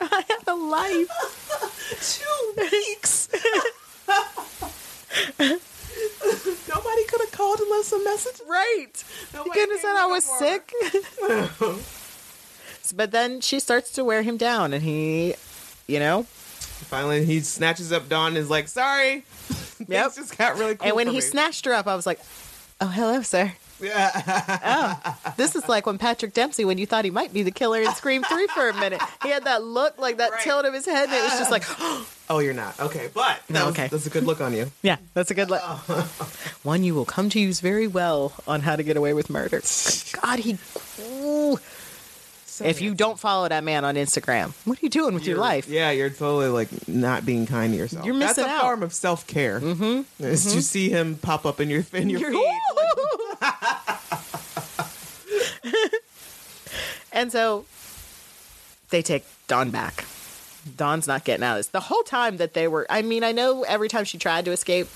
Speaker 2: I have a life.
Speaker 1: Two weeks. Nobody could have called unless us some messages?
Speaker 2: Right.
Speaker 1: No
Speaker 2: you
Speaker 1: way
Speaker 2: couldn't have
Speaker 1: came
Speaker 2: said I
Speaker 1: up
Speaker 2: was
Speaker 1: for
Speaker 2: sick. but then she starts to wear him down, and he, you know,
Speaker 1: Finally, he snatches up Dawn and is like, sorry.
Speaker 2: Yep.
Speaker 1: Things just got really cool.
Speaker 2: and when
Speaker 1: for
Speaker 2: he
Speaker 1: me.
Speaker 2: snatched her up, I was like, "Oh, hello, sir." Oh, this is like when Patrick Dempsey, when you thought he might be the killer in Scream Three for a minute, he had that look, like that
Speaker 1: Right.
Speaker 2: tilt of his head, and it was just like,
Speaker 1: Oh, you're not. Okay, but that
Speaker 2: No,
Speaker 1: was-
Speaker 2: okay.
Speaker 1: that's a good look on you.
Speaker 2: "Yeah, that's a good look." One you will come to use very well on how to get away with murder. God, he. ooh.
Speaker 1: So
Speaker 2: If you
Speaker 1: handsome.
Speaker 2: don't follow that man on Instagram, what are you doing with your
Speaker 1: You're-
Speaker 2: life?
Speaker 1: Yeah, you're totally like not being kind to yourself.
Speaker 2: You're
Speaker 1: That's
Speaker 2: missing
Speaker 1: a
Speaker 2: out.
Speaker 1: form of self care. Mm-hmm. Is to see him pop up in your in your
Speaker 2: You're-
Speaker 1: feed.
Speaker 2: and so they take Dawn back. Dawn's not getting out of this. The whole time that they were, I mean, I know every time she tried to escape,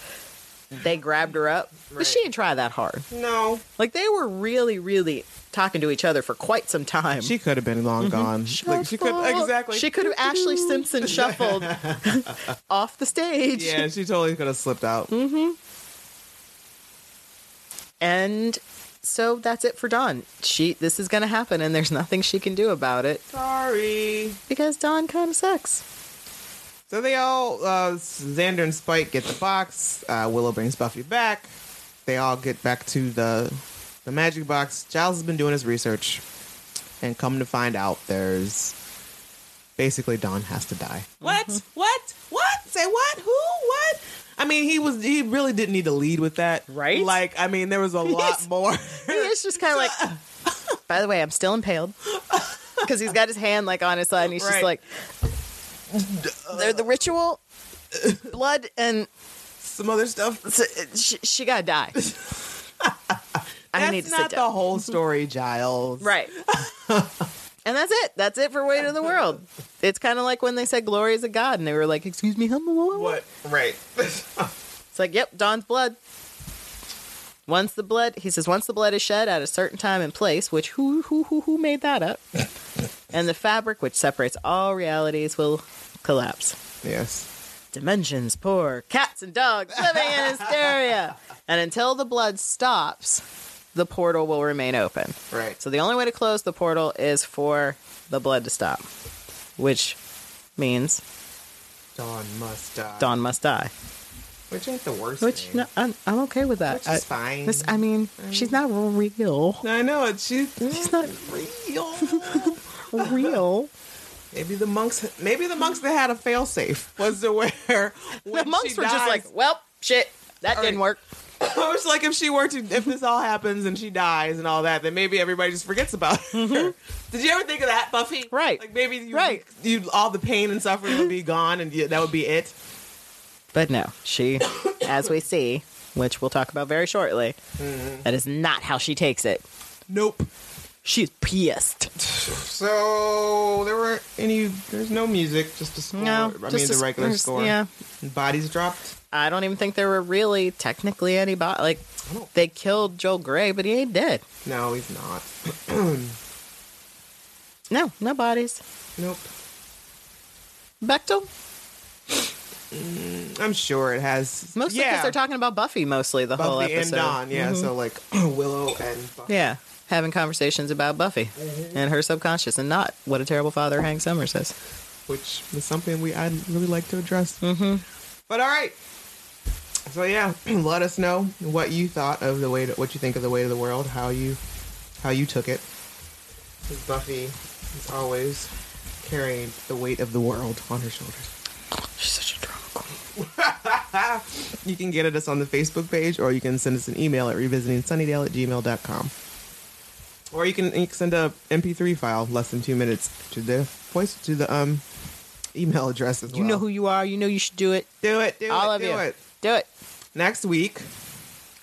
Speaker 2: they grabbed her up, but she
Speaker 1: Right.
Speaker 2: didn't try that hard.
Speaker 1: No,
Speaker 2: Like they were really, really talking to each other for quite some time.
Speaker 1: she could have been
Speaker 2: Mm-hmm.
Speaker 1: long gone. Like, she could
Speaker 2: Shuffle.
Speaker 1: exactly.
Speaker 2: She could have Ashley Simpson shuffled off the stage.
Speaker 1: Yeah, she totally could have slipped out.
Speaker 2: Mm-hmm. And so that's it for Dawn. She this is going to happen and there's nothing she can do about it
Speaker 1: Sorry.
Speaker 2: because Dawn kind of sucks.
Speaker 1: So they all uh, Xander and Spike get the box. Uh, Willow brings Buffy back. They all get back to the the magic box. Giles has been doing his research, and come to find out, there's basically Don has to die. What? What? What? Say what? Who? What? I mean, he was he really didn't need to lead with that,
Speaker 2: Right?
Speaker 1: Like, I mean, there was a lot more.
Speaker 2: It's just kind of like, by the way, I'm still impaled. Because he's got his hand like on his side, and he's just
Speaker 1: Right.
Speaker 2: like, the, the ritual, blood, and
Speaker 1: Some other stuff.
Speaker 2: s- she, she gotta die. I
Speaker 1: That's
Speaker 2: need to sit
Speaker 1: not the
Speaker 2: down.
Speaker 1: whole story, Giles.
Speaker 2: right. and that's it. That's it for Weight of the World. It's kind of like when they said glory is a god, and they were like, excuse me, hum, what?
Speaker 1: What? Right.
Speaker 2: It's like, yep, Dawn's blood. Once the blood, he says, once the blood is shed at a certain time and place, which who who who who made that up? and the fabric which separates all realities will collapse.
Speaker 1: yes.
Speaker 2: Dimensions poor, cats and dogs living in hysteria. And until the blood stops, the portal will remain open.
Speaker 1: Right.
Speaker 2: So the only way to close the portal is for the blood to stop, which means
Speaker 1: Dawn must die.
Speaker 2: Dawn must die.
Speaker 1: Which ain't the worst.
Speaker 2: Which
Speaker 1: thing.
Speaker 2: no, I'm, I'm okay with that.
Speaker 1: Which is
Speaker 2: I-
Speaker 1: fine.
Speaker 2: This, I mean, she's not real.
Speaker 1: I know it. She's,
Speaker 2: She's not
Speaker 1: real.
Speaker 2: real.
Speaker 1: maybe the monks. Maybe the monks that had a failsafe was to where
Speaker 2: the
Speaker 1: when
Speaker 2: monks
Speaker 1: she
Speaker 2: were just
Speaker 1: dies-
Speaker 2: like, well, shit, that
Speaker 1: All
Speaker 2: didn't
Speaker 1: right.
Speaker 2: work.
Speaker 1: I was like, if she were to, if this all happens and she dies and all that, then maybe everybody just forgets about her. Did you ever think of that, Buffy?
Speaker 2: Mm-hmm. Right.
Speaker 1: Like maybe you,
Speaker 2: Right. Mm-hmm.
Speaker 1: you all the pain and suffering would be gone, and you, that would be it.
Speaker 2: But no, she, as we see, which we'll talk about very shortly,
Speaker 1: Mm-hmm.
Speaker 2: that is not how she takes it.
Speaker 1: Nope.
Speaker 2: She's pissed.
Speaker 1: So there were any. There's no music. Just a score.
Speaker 2: No,
Speaker 1: I mean
Speaker 2: just
Speaker 1: the
Speaker 2: a-
Speaker 1: regular
Speaker 2: there's-
Speaker 1: score.
Speaker 2: yeah.
Speaker 1: Bodies dropped.
Speaker 2: I don't even think there were really technically any bo- like they killed Joel Gray, but he ain't dead.
Speaker 1: No, he's not.
Speaker 2: No, no bodies.
Speaker 1: Nope.
Speaker 2: Bechtel.
Speaker 1: I'm sure it has
Speaker 2: Mostly because
Speaker 1: yeah,
Speaker 2: they're talking about Buffy mostly the whole
Speaker 1: Buffy
Speaker 2: episode. Mm-hmm.
Speaker 1: and Don. Yeah, so like Willow and Buffy.
Speaker 2: Yeah, having conversations about Buffy
Speaker 1: Mm-hmm.
Speaker 2: and her subconscious, and not what a terrible father Hank Summers is.
Speaker 1: which is something we I'd really like to address. Mm-hmm. But all right. So yeah, let us know what you thought of the way, to, what you think of the way of the world, how you, how you took it. 'Cause Buffy is always carrying the weight of the world on her shoulders.
Speaker 2: She's such a drama queen.
Speaker 1: You can get at us on the Facebook page or you can send us an email at revisitingsunnydale at gmail.com. Or you can you can send a MP3 file less than two minutes to the voice to the um email address as
Speaker 2: You
Speaker 1: well.
Speaker 2: know who you are. You know you should do it.
Speaker 1: do it, do
Speaker 2: All
Speaker 1: it,
Speaker 2: of
Speaker 1: do
Speaker 2: you.
Speaker 1: it.
Speaker 2: Do it.
Speaker 1: Next week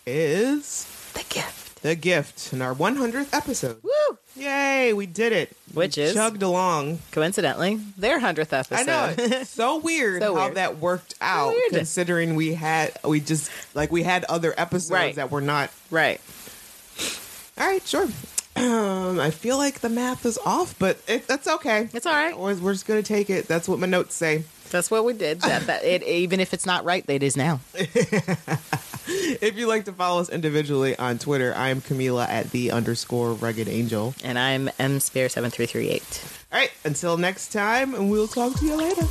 Speaker 1: is
Speaker 2: The gift.
Speaker 1: the gift in our 100th episode.
Speaker 2: Woo!
Speaker 1: Yay, we did it.
Speaker 2: Which
Speaker 1: we
Speaker 2: is-
Speaker 1: chugged along.
Speaker 2: Coincidentally, their hundredth episode.
Speaker 1: I know it's so weird
Speaker 2: So
Speaker 1: how
Speaker 2: weird.
Speaker 1: that worked out,
Speaker 2: weird.
Speaker 1: considering we had we just like we had other episodes
Speaker 2: Right.
Speaker 1: that were not
Speaker 2: right.
Speaker 1: All right, sure. Um, I feel like the math is off, but it, that's okay.
Speaker 2: It's all right.
Speaker 1: We're, we're just gonna take it. That's what my notes say.
Speaker 2: That's what we did. That, that it, even if it's not right, it is now.
Speaker 1: If you'd like to follow us individually on Twitter, I am Camila at the underscore rugged angel.
Speaker 2: And I'm M Spear seven three three eight.
Speaker 1: All right, until next time, and we'll talk to you later.